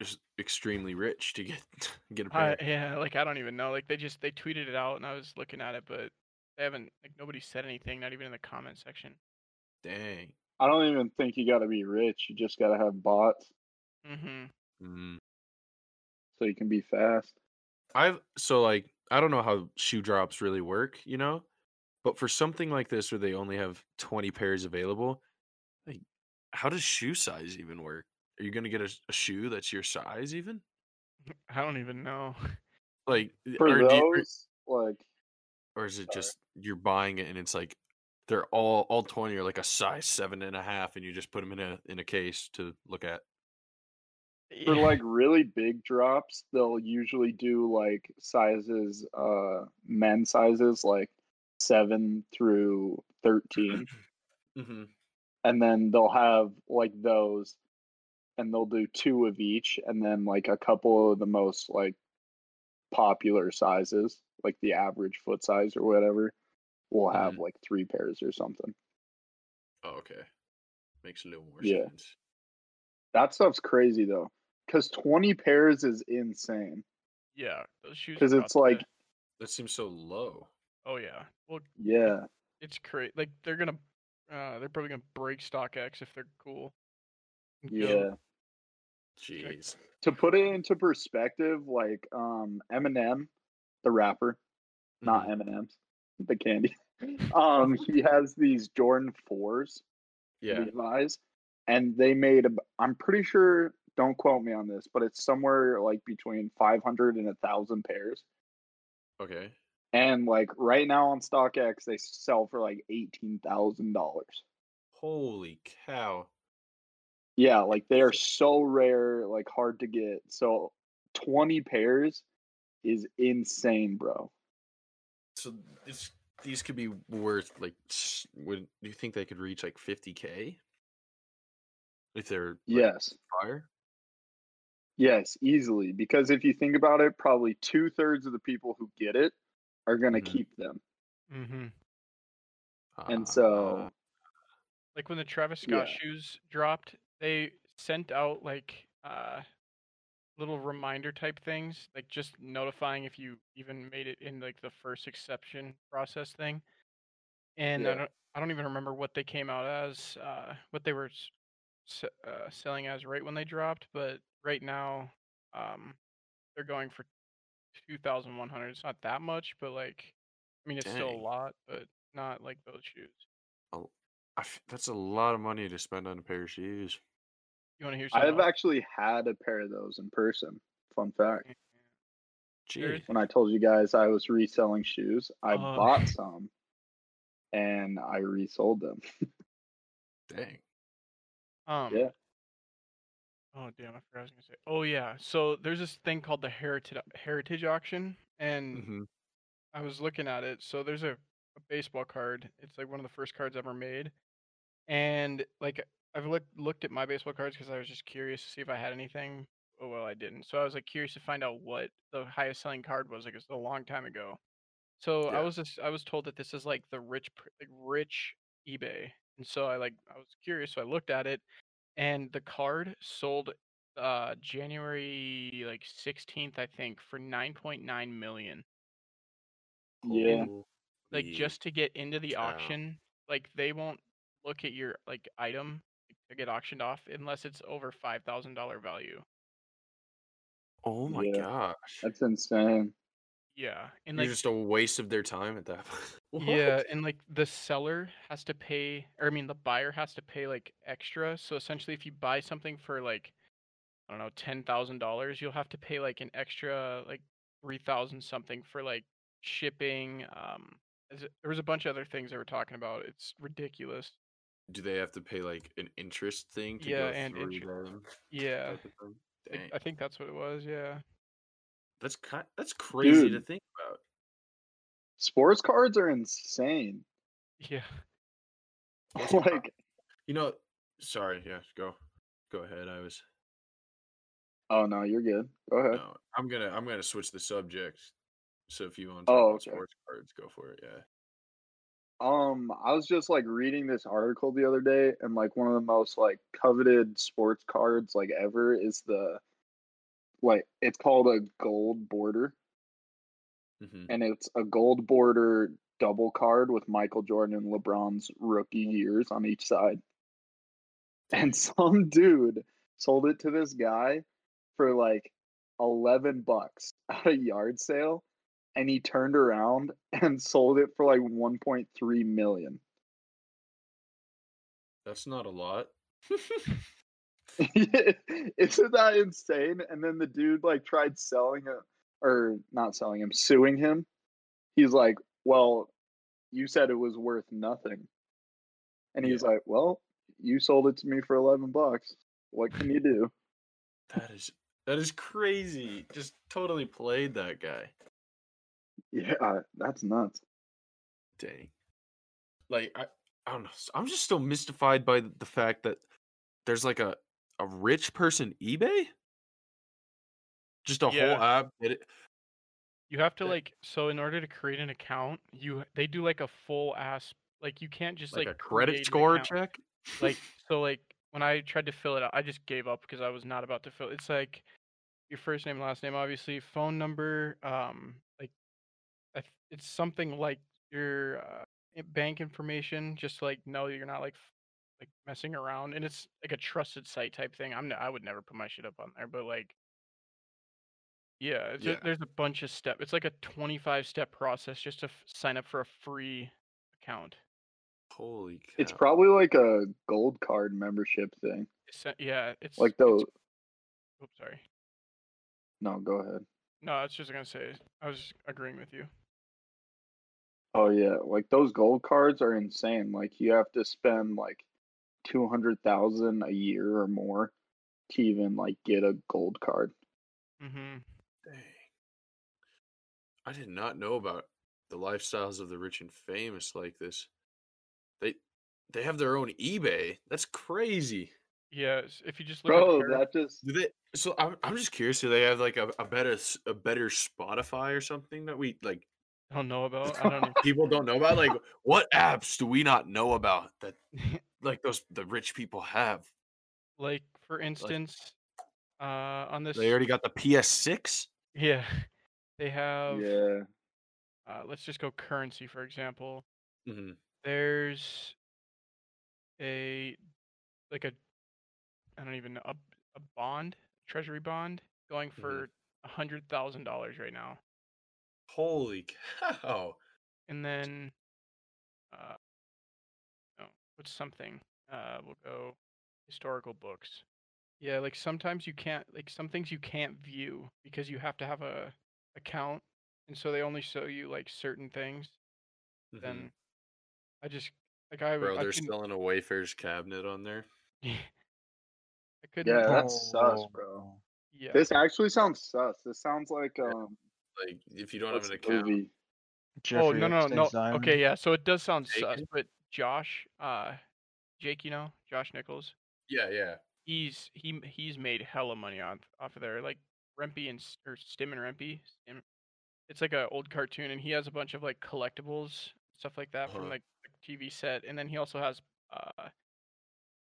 just extremely rich to get get a pair? I, yeah, like I don't even know. Like they just they tweeted it out, and I was looking at it, but they haven't. Like nobody said anything, not even in the comment section. Dang. i don't even think you got to be rich you just got to have bots Mm-hmm. Mm. so you can be fast I've so like I don't know how shoe drops really work, you know, but for something like this where they only have twenty pairs available, like how does shoe size even work? Are you gonna get a, a shoe that's your size even? I don't even know. Like, for or, do you- or- those uh like or is it sorry. just you're buying it and it's like they're all all twenty are like a size seven and a half, and you just put them in a in a case to look at. for Yeah. like really big drops they'll usually do like sizes uh men sizes like 7 through 13 Mm-hmm. and then they'll have like those and they'll do two of each and then like a couple of the most like popular sizes, like the average foot size or whatever, will have like three pairs or something. Oh, okay. Makes a little more Yeah. sense. That stuff's crazy though, because twenty pairs is insane. Yeah, those shoes. are Because it's about to- like, That seems so low. oh yeah, well, yeah, it's crazy. Like they're gonna, uh, they're probably gonna break StockX if they're cool. and go. yeah. Jeez. To put it into perspective, like um Eminem, the rapper, Mm-hmm. not M&M's, the candy. Um, he has these Jordan fours, Yeah. Levi's, and they made. ab- I'm pretty sure. Don't quote me on this, but it's somewhere like between 500 and a thousand pairs. Okay. And like right now on StockX, they sell for like eighteen thousand dollars. Holy cow. Yeah, like they are so rare, like hard to get. So 20 pairs is insane, bro. So this, these could be worth like. s- Would do you think they could reach like 50k? If they're like, Yes. fire. Yes, easily. Because if you think about it, probably two thirds of the people who get it are going to Mhm. keep them. Mm-hmm. Ah, uh, And so, Like when the Travis Scott Yeah. shoes dropped, they sent out like uh, little reminder type things, like just notifying if you even made it in like the first exception process thing. And I Yeah. don't, I don't even remember what they came out as, uh, what they were s- s- uh, selling as right when they dropped, but right now, um, they're going for two thousand one hundred. It's not that much, but like, I mean, it's still a Dang. lot, but not like those shoes. I f- that's a lot of money to spend on a pair of shoes. You want to hear I something? have else? actually had a pair of those in person. Fun fact. Mm. Jeez. When I told you guys I was reselling shoes, I Oh. bought some and I resold them. Dang. Um, Yeah. Oh damn! I forgot what I was gonna say. Oh yeah. So there's this thing called the heritage heritage auction, and hmm I was looking at it. So there's a, a baseball card. It's like one of the first cards ever made, and like I've looked looked at my baseball cards because I was just curious to see if I had anything. Oh well, I didn't. So I was like curious to find out what the highest selling card was. Like it's a long time ago. So I Yeah. was just I was told that this is like the rich pr- like rich eBay, and so I like I was curious. So I looked at it, and the card sold uh January like 16th I think for 9.9 million Yeah. like just to get into the cow. auction like they won't look at your like item to get auctioned off unless it's over five thousand dollar value Oh my Yeah. gosh. That's insane. yeah and You're like just a waste of their time at that point. What? yeah and like the seller has to pay or i mean the buyer has to pay like extra so essentially if you buy something for like i don't know ten thousand dollars you'll have to pay like an extra like three thousand something for like shipping um is it- there was a bunch of other things they were talking about it's ridiculous Do they have to pay like an interest thing to Yeah, go and through interest. them? yeah type of thing? I- Dang. I think that's what it was. Yeah. That's kind that's crazy to Dude. think about. Sports cards are insane. Yeah. Sports car- like, you know, sorry, yeah, go. Go ahead. I was oh no, you're good. Go ahead. no. I'm gonna I'm gonna switch the subject. So if you want to talk Oh, about okay. sports cards, go for it, yeah. Um, I was just like reading this article the other day, and like one of the most like coveted sports cards like ever is the like it's called a gold border, Mhm. and it's a gold border double card with Michael Jordan and LeBron's rookie years on each side. And some dude sold it to this guy for like 11 bucks at a yard sale, and he turned around and sold it for like 1.3 million. That's not a lot. Isn't that insane? And then the dude like tried selling it or not selling him, suing him. He's like, Well, you said it was worth nothing. And he's like, Well, you sold it to me for eleven bucks. What can you do? That is that is crazy. Just totally played that guy. Yeah, that's nuts. Dang. Like I, I don't know. s- I'm just still mystified by th- the fact that there's like a a rich person eBay. Just a Yeah. whole app. That it, You have to Yeah. like so in order to create an account, you they do like a full ass like you can't just like, like, a credit create an score account. check. Like so like when I tried to fill it out, I just gave up because I was not about to fill. It's like your first name, last name, obviously, phone number, um, like I th- it's something like your uh, i- bank information, just to, like no, you're not like f- like messing around, and it's like a trusted site type thing. I'm n- I would never put my shit up on there, but like. Yeah, it's ju- Yeah. there's a bunch of step. It's like a 25 step process just to f- sign up for a free account. Holy cow! It's probably like a gold card membership thing. It's, uh, yeah, it's Like it's- those. Oops, sorry. No, go ahead. No, I was just gonna say I was agreeing with you. Oh yeah, like those gold cards are insane. Like you have to spend like two hundred thousand a year or more to even like get a gold card. Mm-hmm. Dang. I did not know about the lifestyles of the rich and famous like this. They they have their own eBay. That's crazy. Yes, if you just look Bro, up that just Do they? So I'm I'm just curious. Do they have like a, a better s- a better Spotify or something that we like I don't know about. I don't. people don't know about? Like what apps do we not know about that like those the rich people have? like for instance, uh, on this. They already got the PS6. Yeah, they have. yeah. Uh, let's just go currency for example. hmm There's a like a I don't even know a a bond treasury bond going Mhm. for a hundred thousand dollars right now. Holy cow! and then uh no, what's something uh we'll go historical books yeah like sometimes you can't like some things you can't view because you have to have a account and so they only show you like certain things Mhm. then i just like i, Bro, I they're couldn't- selling a Wayfair's cabinet on there. i couldn't Yeah, yeah, that's sus, bro. yeah This actually sounds sus. This sounds like um Like, if you don't what's have an the account, movie? oh Jeffrey no no no Epstein's island. okay yeah so it does sound sus Taken? but josh uh jake you know josh nichols yeah, yeah, he's he m- he's made hella money on off of there. Like Rempe and S- or Stim and Rempe. Stim. It's like an old cartoon, and he has a bunch of like collectibles stuff like that from Uh-huh. like the TV set, and then he also has uh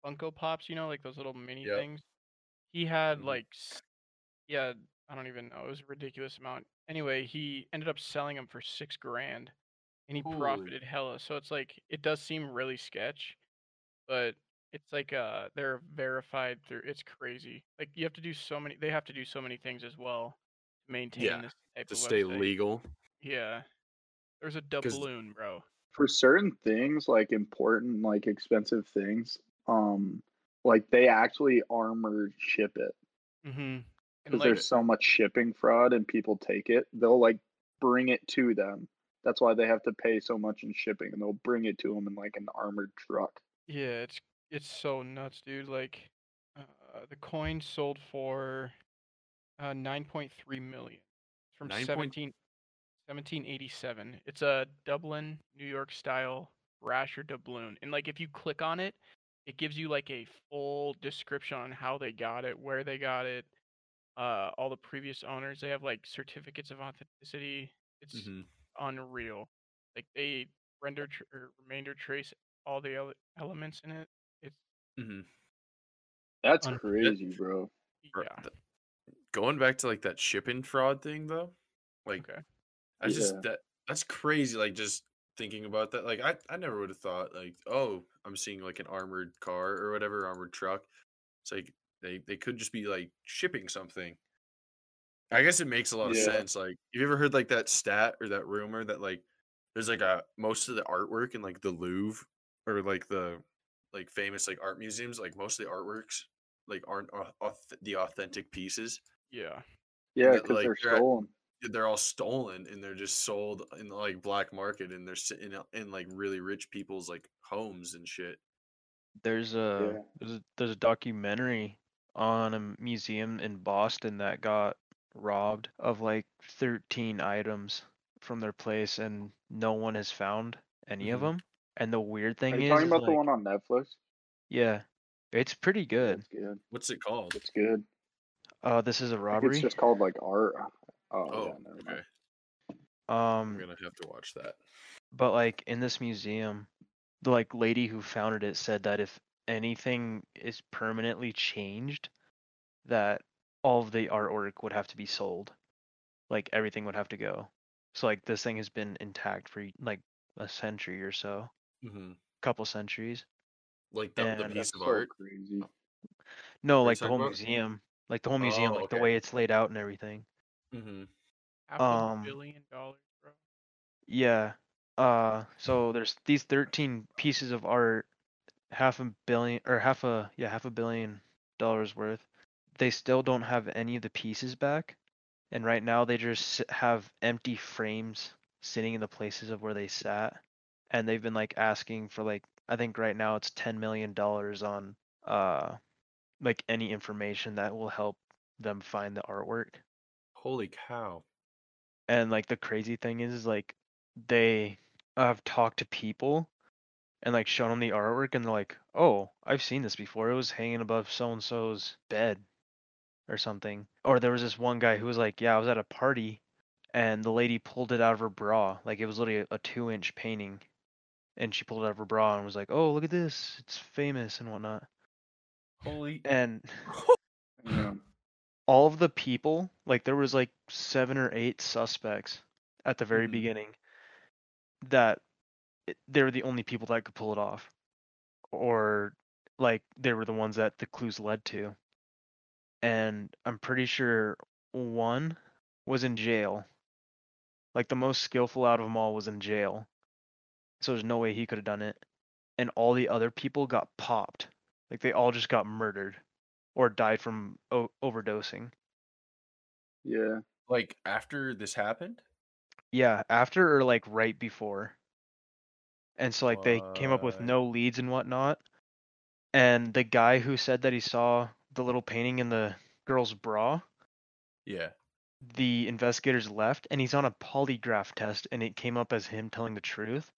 Funko Pops. You know, like those little mini Yep. things. He had Mhm. like s- yeah, I don't even know. It was a ridiculous amount. Anyway, he ended up selling them for six grand, and he Holy. profited hella. So it's like it does seem really sketch, but it's like uh they're verified through. It's crazy. Like you have to do so many. They have to do so many things as well to maintain Yeah, this type to of stay website. legal. Yeah, there's a doubloon, bro. for certain things like important like expensive things um like they actually armor ship it Mm-hmm. And because like there's so much shipping fraud and people take it they'll like bring it to them that's why they have to pay so much in shipping and they'll bring it to them in like an armored truck Yeah, it's it's so nuts, dude. Like, uh, the coin sold for uh, 9.3 million It's from Nine point- 17, 1787. It's a Dublin, New York style brasher doubloon, and like if you click on it, it gives you like a full description on how they got it, where they got it, uh, all the previous owners. They have like certificates of authenticity. It's Mhm. unreal. Like they render tr- or remainder trace all the ele- elements in it. It's Mm-hmm. Mhm. that's Un- crazy bro Or yeah. th- Going back to like that shipping fraud thing though, like Okay. I just Yeah. that that's crazy. Like just thinking about that, like I I never would have thought like oh I'm seeing like an armored car or whatever armored truck. It's like they they could just be like shipping something. I guess it makes a lot of Yeah. sense. Like have you ever heard like that stat or that rumor that like there's like a most of the artwork in like the Louvre or like the like famous like art museums like most of the artworks like aren't au- auth- the authentic pieces Yeah. yeah that, because like, they're they're at- stolen they're all stolen and they're just sold in the like black market and they're sitting out in like really rich people's like homes and shit. There's a there's a, there's a documentary on a m- museum in Boston that got robbed of like 13 items from their place and no one has found any of Mhm. them. And the weird thing Mm-hmm. are you is, talking is, about the like, one on netflix yeah, it's pretty good. it's good What's it called? it's good Uh, this is a I think robbery. it's just called like art oh, Oh, yeah, never mind. okay. Um, I'm gonna have to watch that. but like in this museum the like lady who founded it said that if anything is permanently changed that all of the artwork would have to be sold like everything would have to go so like this thing has been intact for like a century or so Mm-hmm. couple centuries Like the, the And- piece of So art. Oh. crazy. no you like the talking whole about? museum like the whole museum Oh, like the okay. way it's laid out and everything Mm-hmm. Half a Um, billion dollars, bro. Yeah. Uh so there's these 13 pieces of art half a billion or half a yeah, half a billion dollars worth. They still don't have any of the pieces back. And right now they just s- have empty frames sitting in the places of where they sat. And they've been like asking for like I think right now it's 10 million dollars on uh like any information that will help them find the artwork Holy cow! and like the crazy thing is, is like they have talked to people and like shown them the artwork and they're like oh i've seen this before it was hanging above so and so's bed or something or there was this one guy who was like yeah i was at a party and the lady pulled it out of her bra like it was literally a, two inch painting and she pulled it out of her bra and was like oh look at this it's famous and whatnot Holy. and Yeah. all of the people like there was like seven or eight suspects at the very Mhm. beginning that it- they were the only people that could pull it off or like they were the ones that the clues led to and i'm pretty sure one was in jail like the most skillful out of them all was in jail so there's no way he could have done it and all the other people got popped like they all just got murdered or died from o- overdosing. Yeah. Like after this happened? Yeah, after or like right before. And so like they came up with What? no leads and whatnot. And the guy who said that he saw the little painting in the girl's bra, Yeah. the investigators left and he's on a polygraph test and it came up as him telling the truth.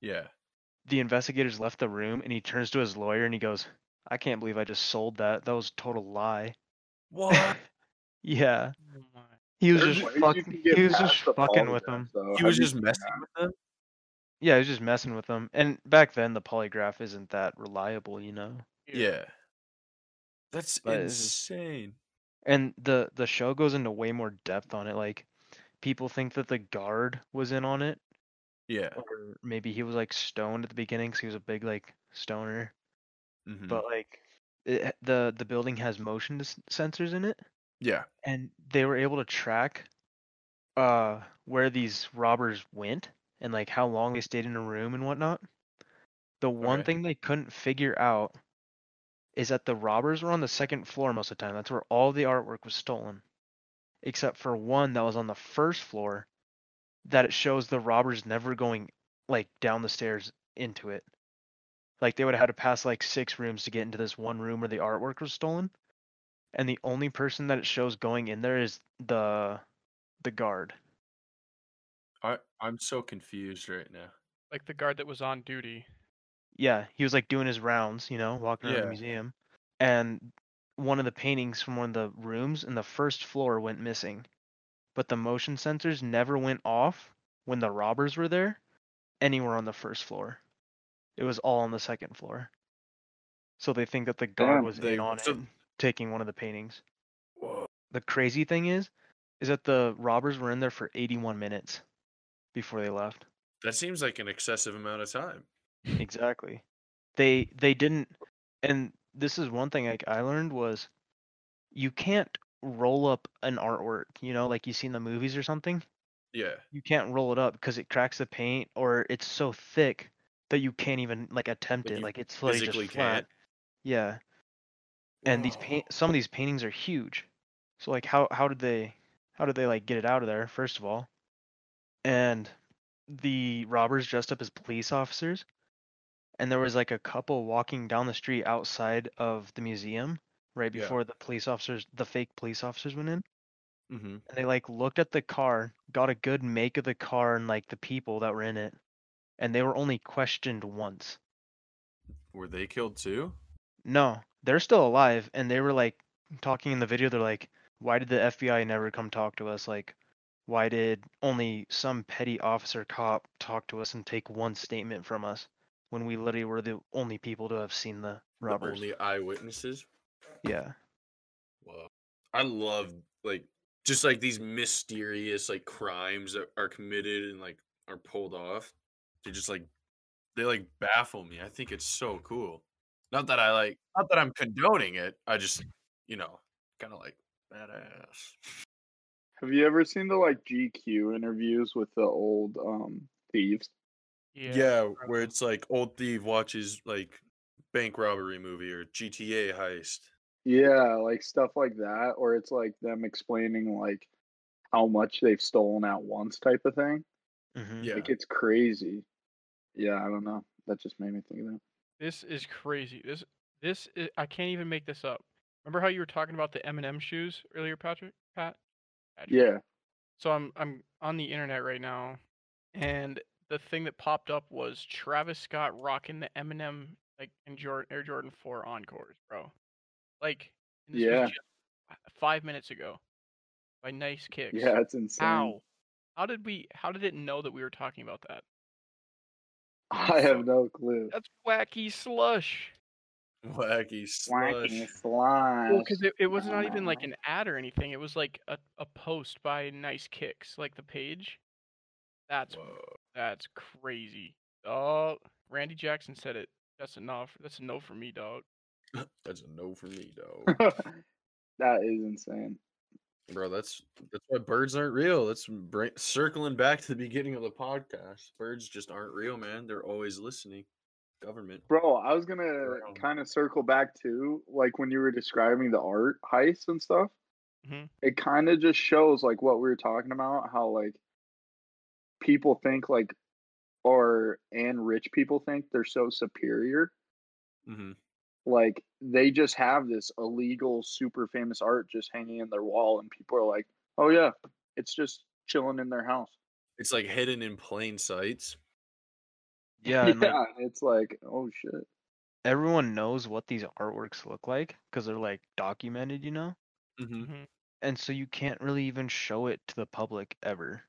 Yeah. The investigators left the room and he turns to his lawyer and he goes, "I can't believe I just sold that. That was a total lie." What? yeah. Oh my. He was There's just ways you fucking can get he was just past the fucking with polygraph, them. though. He Oh, Have was you just seen messing that? with them? Yeah, I was just messing with them. And back then, the polygraph isn't that reliable, you know. Yeah. That's But it's just- insane. And the the show goes into way more depth on it. Like, people think that the guard was in on it, Yeah. Oh, or maybe he was like stoned at the beginning because he was a big like stoner. Mm-hmm. Hmm. mhm. But like, it, the the building has motion dis- sensors in it, yeah. and they were able to track uh where these robbers went and like how long they stayed in a room and whatnot. The one Okay. thing they couldn't figure out is that the robbers were on the second floor most of the time. That's where all the artwork was stolen. Except for one that was on the first floor that it shows the robbers never going like down the stairs into it. Like they would have had to pass like six rooms to get into this one room where the artwork was stolen. And the only person that it shows going in there is the the guard. I I'm so confused right now. Like the guard that was on duty. yeah, he was like doing his rounds, you know, walking around the Yeah. museum, and one of the paintings from one of the rooms in the first floor went missing, but the motion sensors never went off when the robbers were there, anywhere on the first floor. It was all on the second floor. So they think that the guard Damn, was they- in on so- it, taking one of the paintings. Whoa. The crazy thing is, is that the robbers were in there for 81 minutes before they left. That seems like an excessive amount of time. Exactly. They they didn't and this is one thing like I learned was you can't roll up an artwork, you know, like you see in the movies or something. Yeah. You can't roll it up because it cracks the paint or it's so thick that you can't even like attempt Like, it. you Like it's literally physically just flat. can't. Yeah. And oh, these paint some of these paintings are huge. So like how how did they how did they like get it out of there first of all? And the robbers dressed up as police officers and there was like a couple walking down the street outside of the museum right Yeah. before the police officers the fake police officers went in Mm-hmm. and they like looked at the car, got a good make of the car and like the people that were in it and they were only questioned once. Were they killed too? No, they're still alive, and they were like talking in the video. They're like, "Why did the FBI never come talk to us? Like, why did only some petty officer cop talk to us and take one statement from us when we literally were the only people to have seen the robbers? Only eyewitnesses. Yeah. Wow. I love like just like these mysterious like crimes that are committed and like are pulled off. They just like they like baffle me. I think it's so cool. Not that I like not that I'm condoning it. I just, you know, kind of like badass. Have you ever seen the like GQ interviews with the old um thieves? Yeah, probably. where it's like old thief watches like bank robbery movie or GTA heist. Yeah, like stuff like that, or it's like them explaining like how much they've stolen at once type of thing. hmm Yeah. Like it's crazy. Yeah, I don't know. That just made me think of that. This is crazy. This this is, I can't even make this up. Remember how you were talking about the M&M shoes earlier, Patrick? Pat? Patrick? Yeah. So I'm I'm on the internet right now, and the thing that popped up was Travis Scott rocking the Eminem like in Jordan Air Jordan Four Encores, bro. Like and this was Yeah. just f- five minutes ago, by Nice Kicks. Yeah, it's insane. How? How did we? How did it know that we were talking about that? I have no clue. That's wacky slush. Wacky Wacky slush. slime. Well, because it, it was not even like an ad or anything. It was like a, a post by Nice Kicks, like the page. That's Whoa. That's crazy. Oh, Randy Jackson said it. That's enough. That's a no for me, dog. That's a no for me, though. that is insane. Bro, that's that's why birds aren't real. That's bring, circling back to the beginning of the podcast. Birds just aren't real, man. They're always listening. Government. Bro, I was gonna Bro. kind of circle back to like when you were describing the art heists and stuff. Mm-hmm. Mhm. It kind of just shows like what we were talking about, how like people think like, or and rich people think they're so superior. Mm-hmm. Like they just have this illegal, super famous art just hanging in their wall, and people are like, "Oh yeah, it's just chilling in their house." It's like hidden in plain sights. Yeah. And, like, yeah, and it's like, "Oh shit." everyone knows what these artworks look like because they're like documented, you know? Mm-hmm. And so you can't really even show it to the public ever.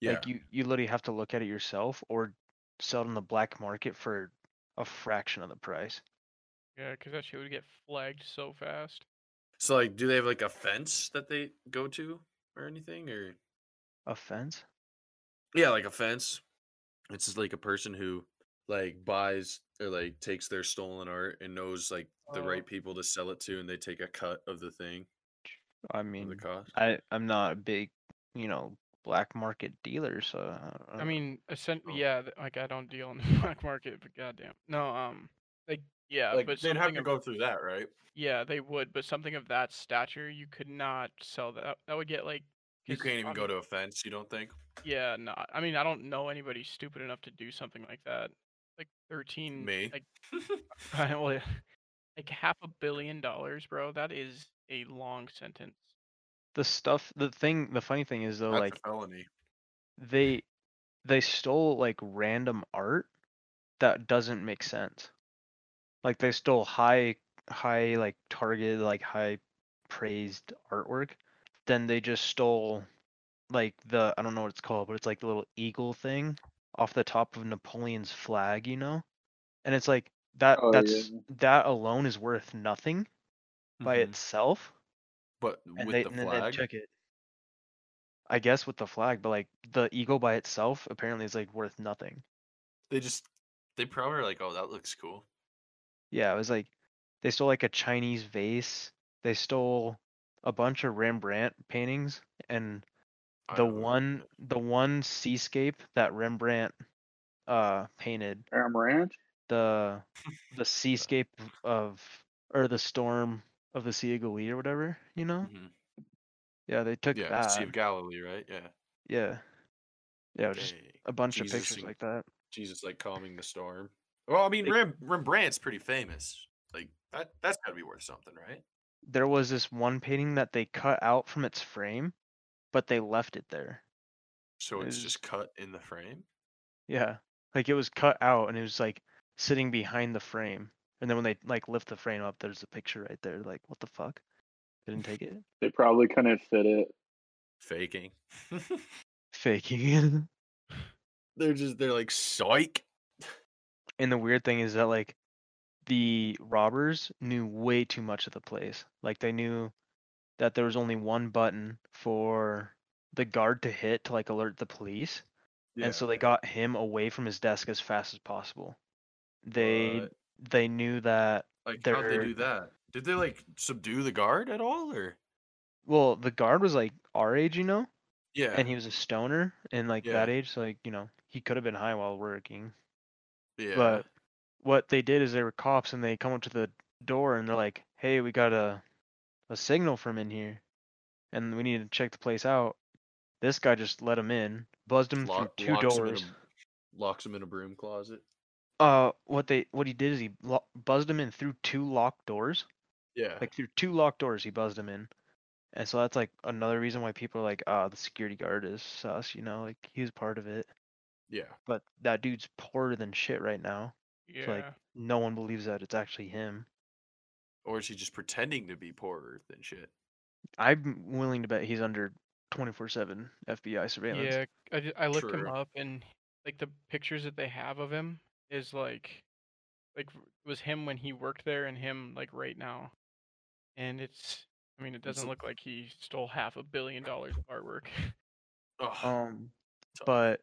Yeah. Like you, you literally have to look at it yourself or sell it on the black market for a fraction of the price. Yeah, because that shit would get flagged so fast. so like, do they have like a fence that they go to or anything? Or Offense? yeah, like a fence. It's just like a person who like buys or like takes their stolen art and knows like the Oh. right people to sell it to, and they take a cut of the thing I of the mean, cost. I, I'm not a big, you know, black market dealer, so uh, I, I mean, essen- Oh. yeah, th- like I don't deal in the black market, but goddamn, no, um, like yeah, like Uh, but they'd have something to of, go through that, right? yeah, they would, but something of that stature, you could not sell that. That would get like You 'cause can't even go I'm- to a fence. You don't think? Yeah, no, I mean, I don't know anybody stupid enough to do something like that. Like thirteen, Me. like Right, well, yeah. like half a billion dollars, bro. That is a long sentence. the stuff, the thing, the funny thing is though, That's like a felony. they, they stole like random art that doesn't make sense. Like they stole high, high like targeted, like high praised artwork. Then they just stole like the I don't know what it's called, but it's like the little eagle thing off the top of Napoleon's flag, you know? And it's like that Oh, yeah. that's that alone is worth nothing Mm-hmm. by Mm-hmm. Mhm. itself. But And with they the and then they flag, took it. I guess with the flag, but like the eagle by itself apparently is like worth nothing. they just they probably are like, oh, that looks cool. Yeah, it was like they stole like a Chinese vase. They stole a bunch of Rembrandt paintings and I the know that- one the one seascape that Rembrandt uh painted Aram Ranch? the the seascape of or the storm of the Sea of Galilee or whatever, you know? Mhm. Yeah, they took Yeah, that. Sea of Galilee, right? Yeah. yeah. Yeah, it was just Dang. a bunch Jesus of pictures sing- like that. Jesus, like calming the storm. Well, I mean, Like- Rem- Rembrandt's pretty famous. Like that, that's got to be worth something, right? There was this one painting that they cut out from its frame, but they left it there. So it's Is- just cut in the frame. Yeah. Like it was cut out and it was like sitting behind the frame. And then when they like lift the frame up, there's a picture right there. Like, what the fuck? They didn't take it. They probably couldn't fit it. faking. faking. They're just they're like psych. and the weird thing is that like the robbers knew way too much of the place. Like they knew that there was only one button for the guard to hit to like alert the police. Yeah. And so they got him away from his desk as fast as possible. They What? they knew that Like how'd they they're- do that? Did they like subdue the guard at all or well, the guard was like our age, you know? yeah. And he was a stoner and like that Yeah. age, so like, you know, he could have been high while working. yeah. But what they did is they were cops and they come up to the door and they're like, "Hey, we got a a signal from in here, and we need to check the place out." This guy just let him in, buzzed him Lock- through two locks him in a- doors. locks him in a broom closet. Uh, what they what he did is he lo- buzzed him in through two locked doors, Yeah. like through two locked doors he buzzed him in, and so that's like another reason why people are like, "Ah, the security guard is sus," you know, like he was part of it. yeah. But that dude's poorer than shit right now. Yeah. like- No one believes that it's actually him. Or is he just pretending to be poorer than shit? I'm willing to bet he's under 24/7 FBI surveillance. yeah, I, ju- I looked him True. up and like the pictures that they have of him is like like r- it was him when he worked there and him like right now. And it's I mean it doesn't l- look like he stole half a billion dollars of artwork. Oh, Um, tough. but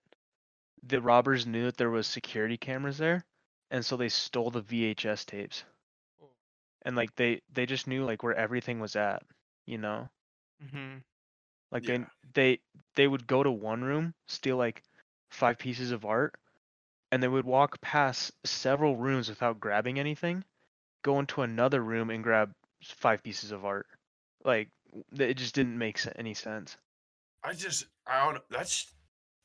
the robbers knew that there was security cameras there, and so they stole the VHS tapes. Oh. And like they they just knew like where everything was at, you know. hmm Like Yeah. they they they would go to one room, steal like five pieces of art, and they would walk past several rooms without grabbing anything, go into another room and grab s- five pieces of art. Like w- th- it just didn't make se- any sense. I just I don't know. That's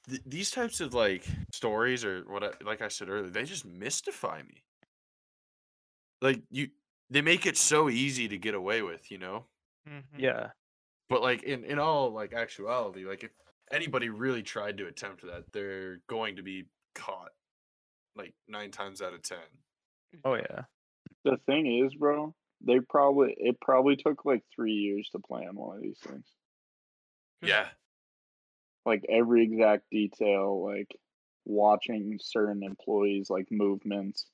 th- these types of like stories or what I, like I said earlier, they just mystify me. Like you they make it so easy to get away with, you know? mm-hmm. Mm. Yeah. But like in in all like actuality, like if anybody really tried to attempt that, they're going to be caught like 9 times out of 10. Oh yeah. The thing is, bro, they probably it probably took like three years to plan one of these things. Yeah. Like every exact detail, like watching certain employees, like movements,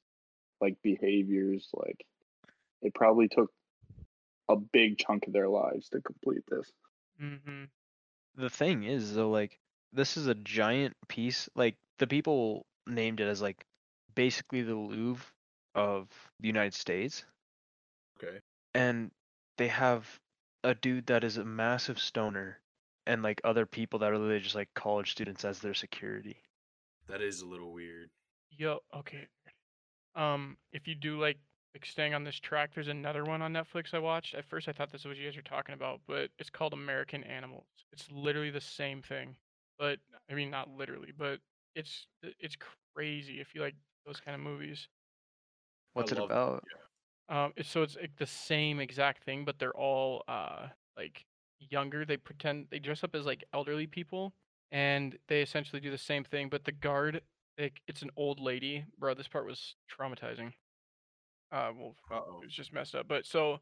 like behaviors, like it probably took a big chunk of their lives to complete this. Mm-hmm. The thing is though, like this is a giant piece. Like the people named it as like basically the Louvre of the United States. Okay. and they have a dude that is a massive stoner and like other people that are literally just like college students as their security. That is a little weird. Yo, okay. Um, if you do like like staying on this track, there's another one on Netflix I watched. At first, I thought this was what you guys were talking about, but it's called American Animals. It's literally the same thing, but I mean not literally, but it's it's crazy if you like those kind of movies. What's it love- about? Um, it's, so it's like the same exact thing, but they're all uh like younger. They pretend they dress up as like elderly people, and they essentially do the same thing. But the guard, like, it's an old lady, bro. This part was traumatizing. Uh, well, Uh-oh. it was just messed up. But so,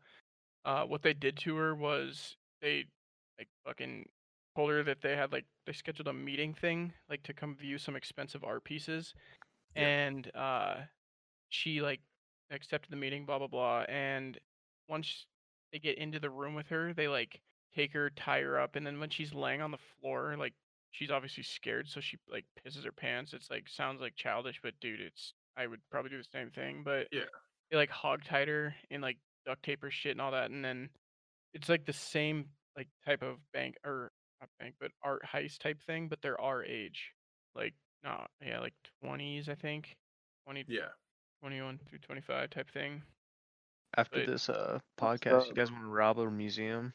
uh, what they did to her was they like fucking told her that they had like they scheduled a meeting thing like to come view some expensive art pieces, Yeah. and uh, she like accepted the meeting, blah blah blah. And once they get into the room with her, they like take her, tie her up, and then when she's laying on the floor, like she's obviously scared, so she like pisses her pants. It's like sounds like childish, but dude, it's I would probably do the same thing, but Yeah. they like hog tied her and like duct tape her shit and all that, and then it's like the same like type of bank or not bank, but art heist type thing, but they're our age, like not yeah, like twenties I think, 20, Yeah. 21 through twenty five type thing. After Wait, this uh what's podcast, you up? guys want to rob a museum?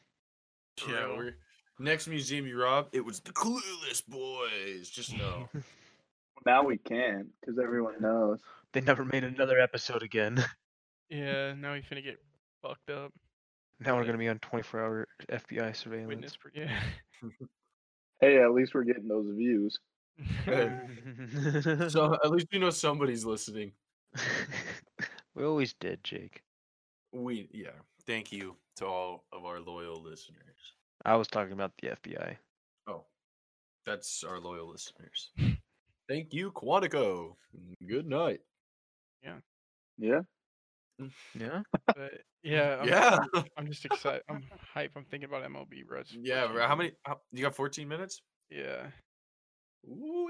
For Yeah. real. we're- Next museum you rob, it was the Clueless Boys. Just know. Now we can, because everyone knows. they never made another episode again. Yeah, now he's gonna get fucked up. now we're Yeah. gonna be on 24-hour FBI surveillance. Witness, pro- yeah. Hey, at least we're getting those views. so at least you know somebody's listening. we always did, Jake. We yeah. Thank you to all of our loyal listeners. Oh, I was talking about the FBI. That's our loyal listeners. Thank you, Quantico. Good night. Yeah. Yeah. But yeah, I'm, yeah, I'm just excited. I'm hype. I'm thinking about MLB Reds. yeah. bro, How many? How, you got 14 minutes? Yeah. Ooh,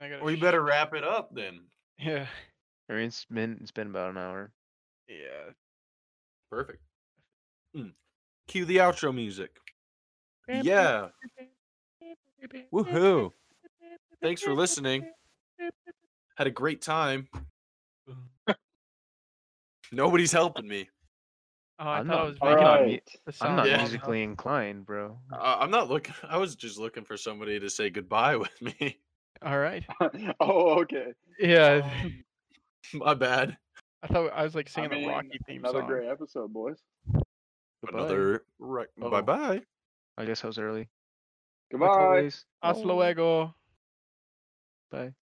I gotta well, you sh- better wrap it up then. Yeah. I mean, it's been it's been about an hour. Yeah. Perfect. Mm. Cue the outro music. Yeah. Woohoo! Thanks for listening. Had a great time. Nobody's helping me. Oh, I I'm thought not- I was All making right. a mu- the I'm sound not Yeah. off. musically inclined, bro. Uh, I'm not looking. I was just looking for somebody to say goodbye with me. All right. oh, okay. Yeah. Um, My bad. I thought I was like I singing mean, a Rocky theme another song. great episode, boys. Goodbye. Another. Right. Oh. Bye bye. I guess I was early. Like Goodbye. always. Hasta luego. Bye.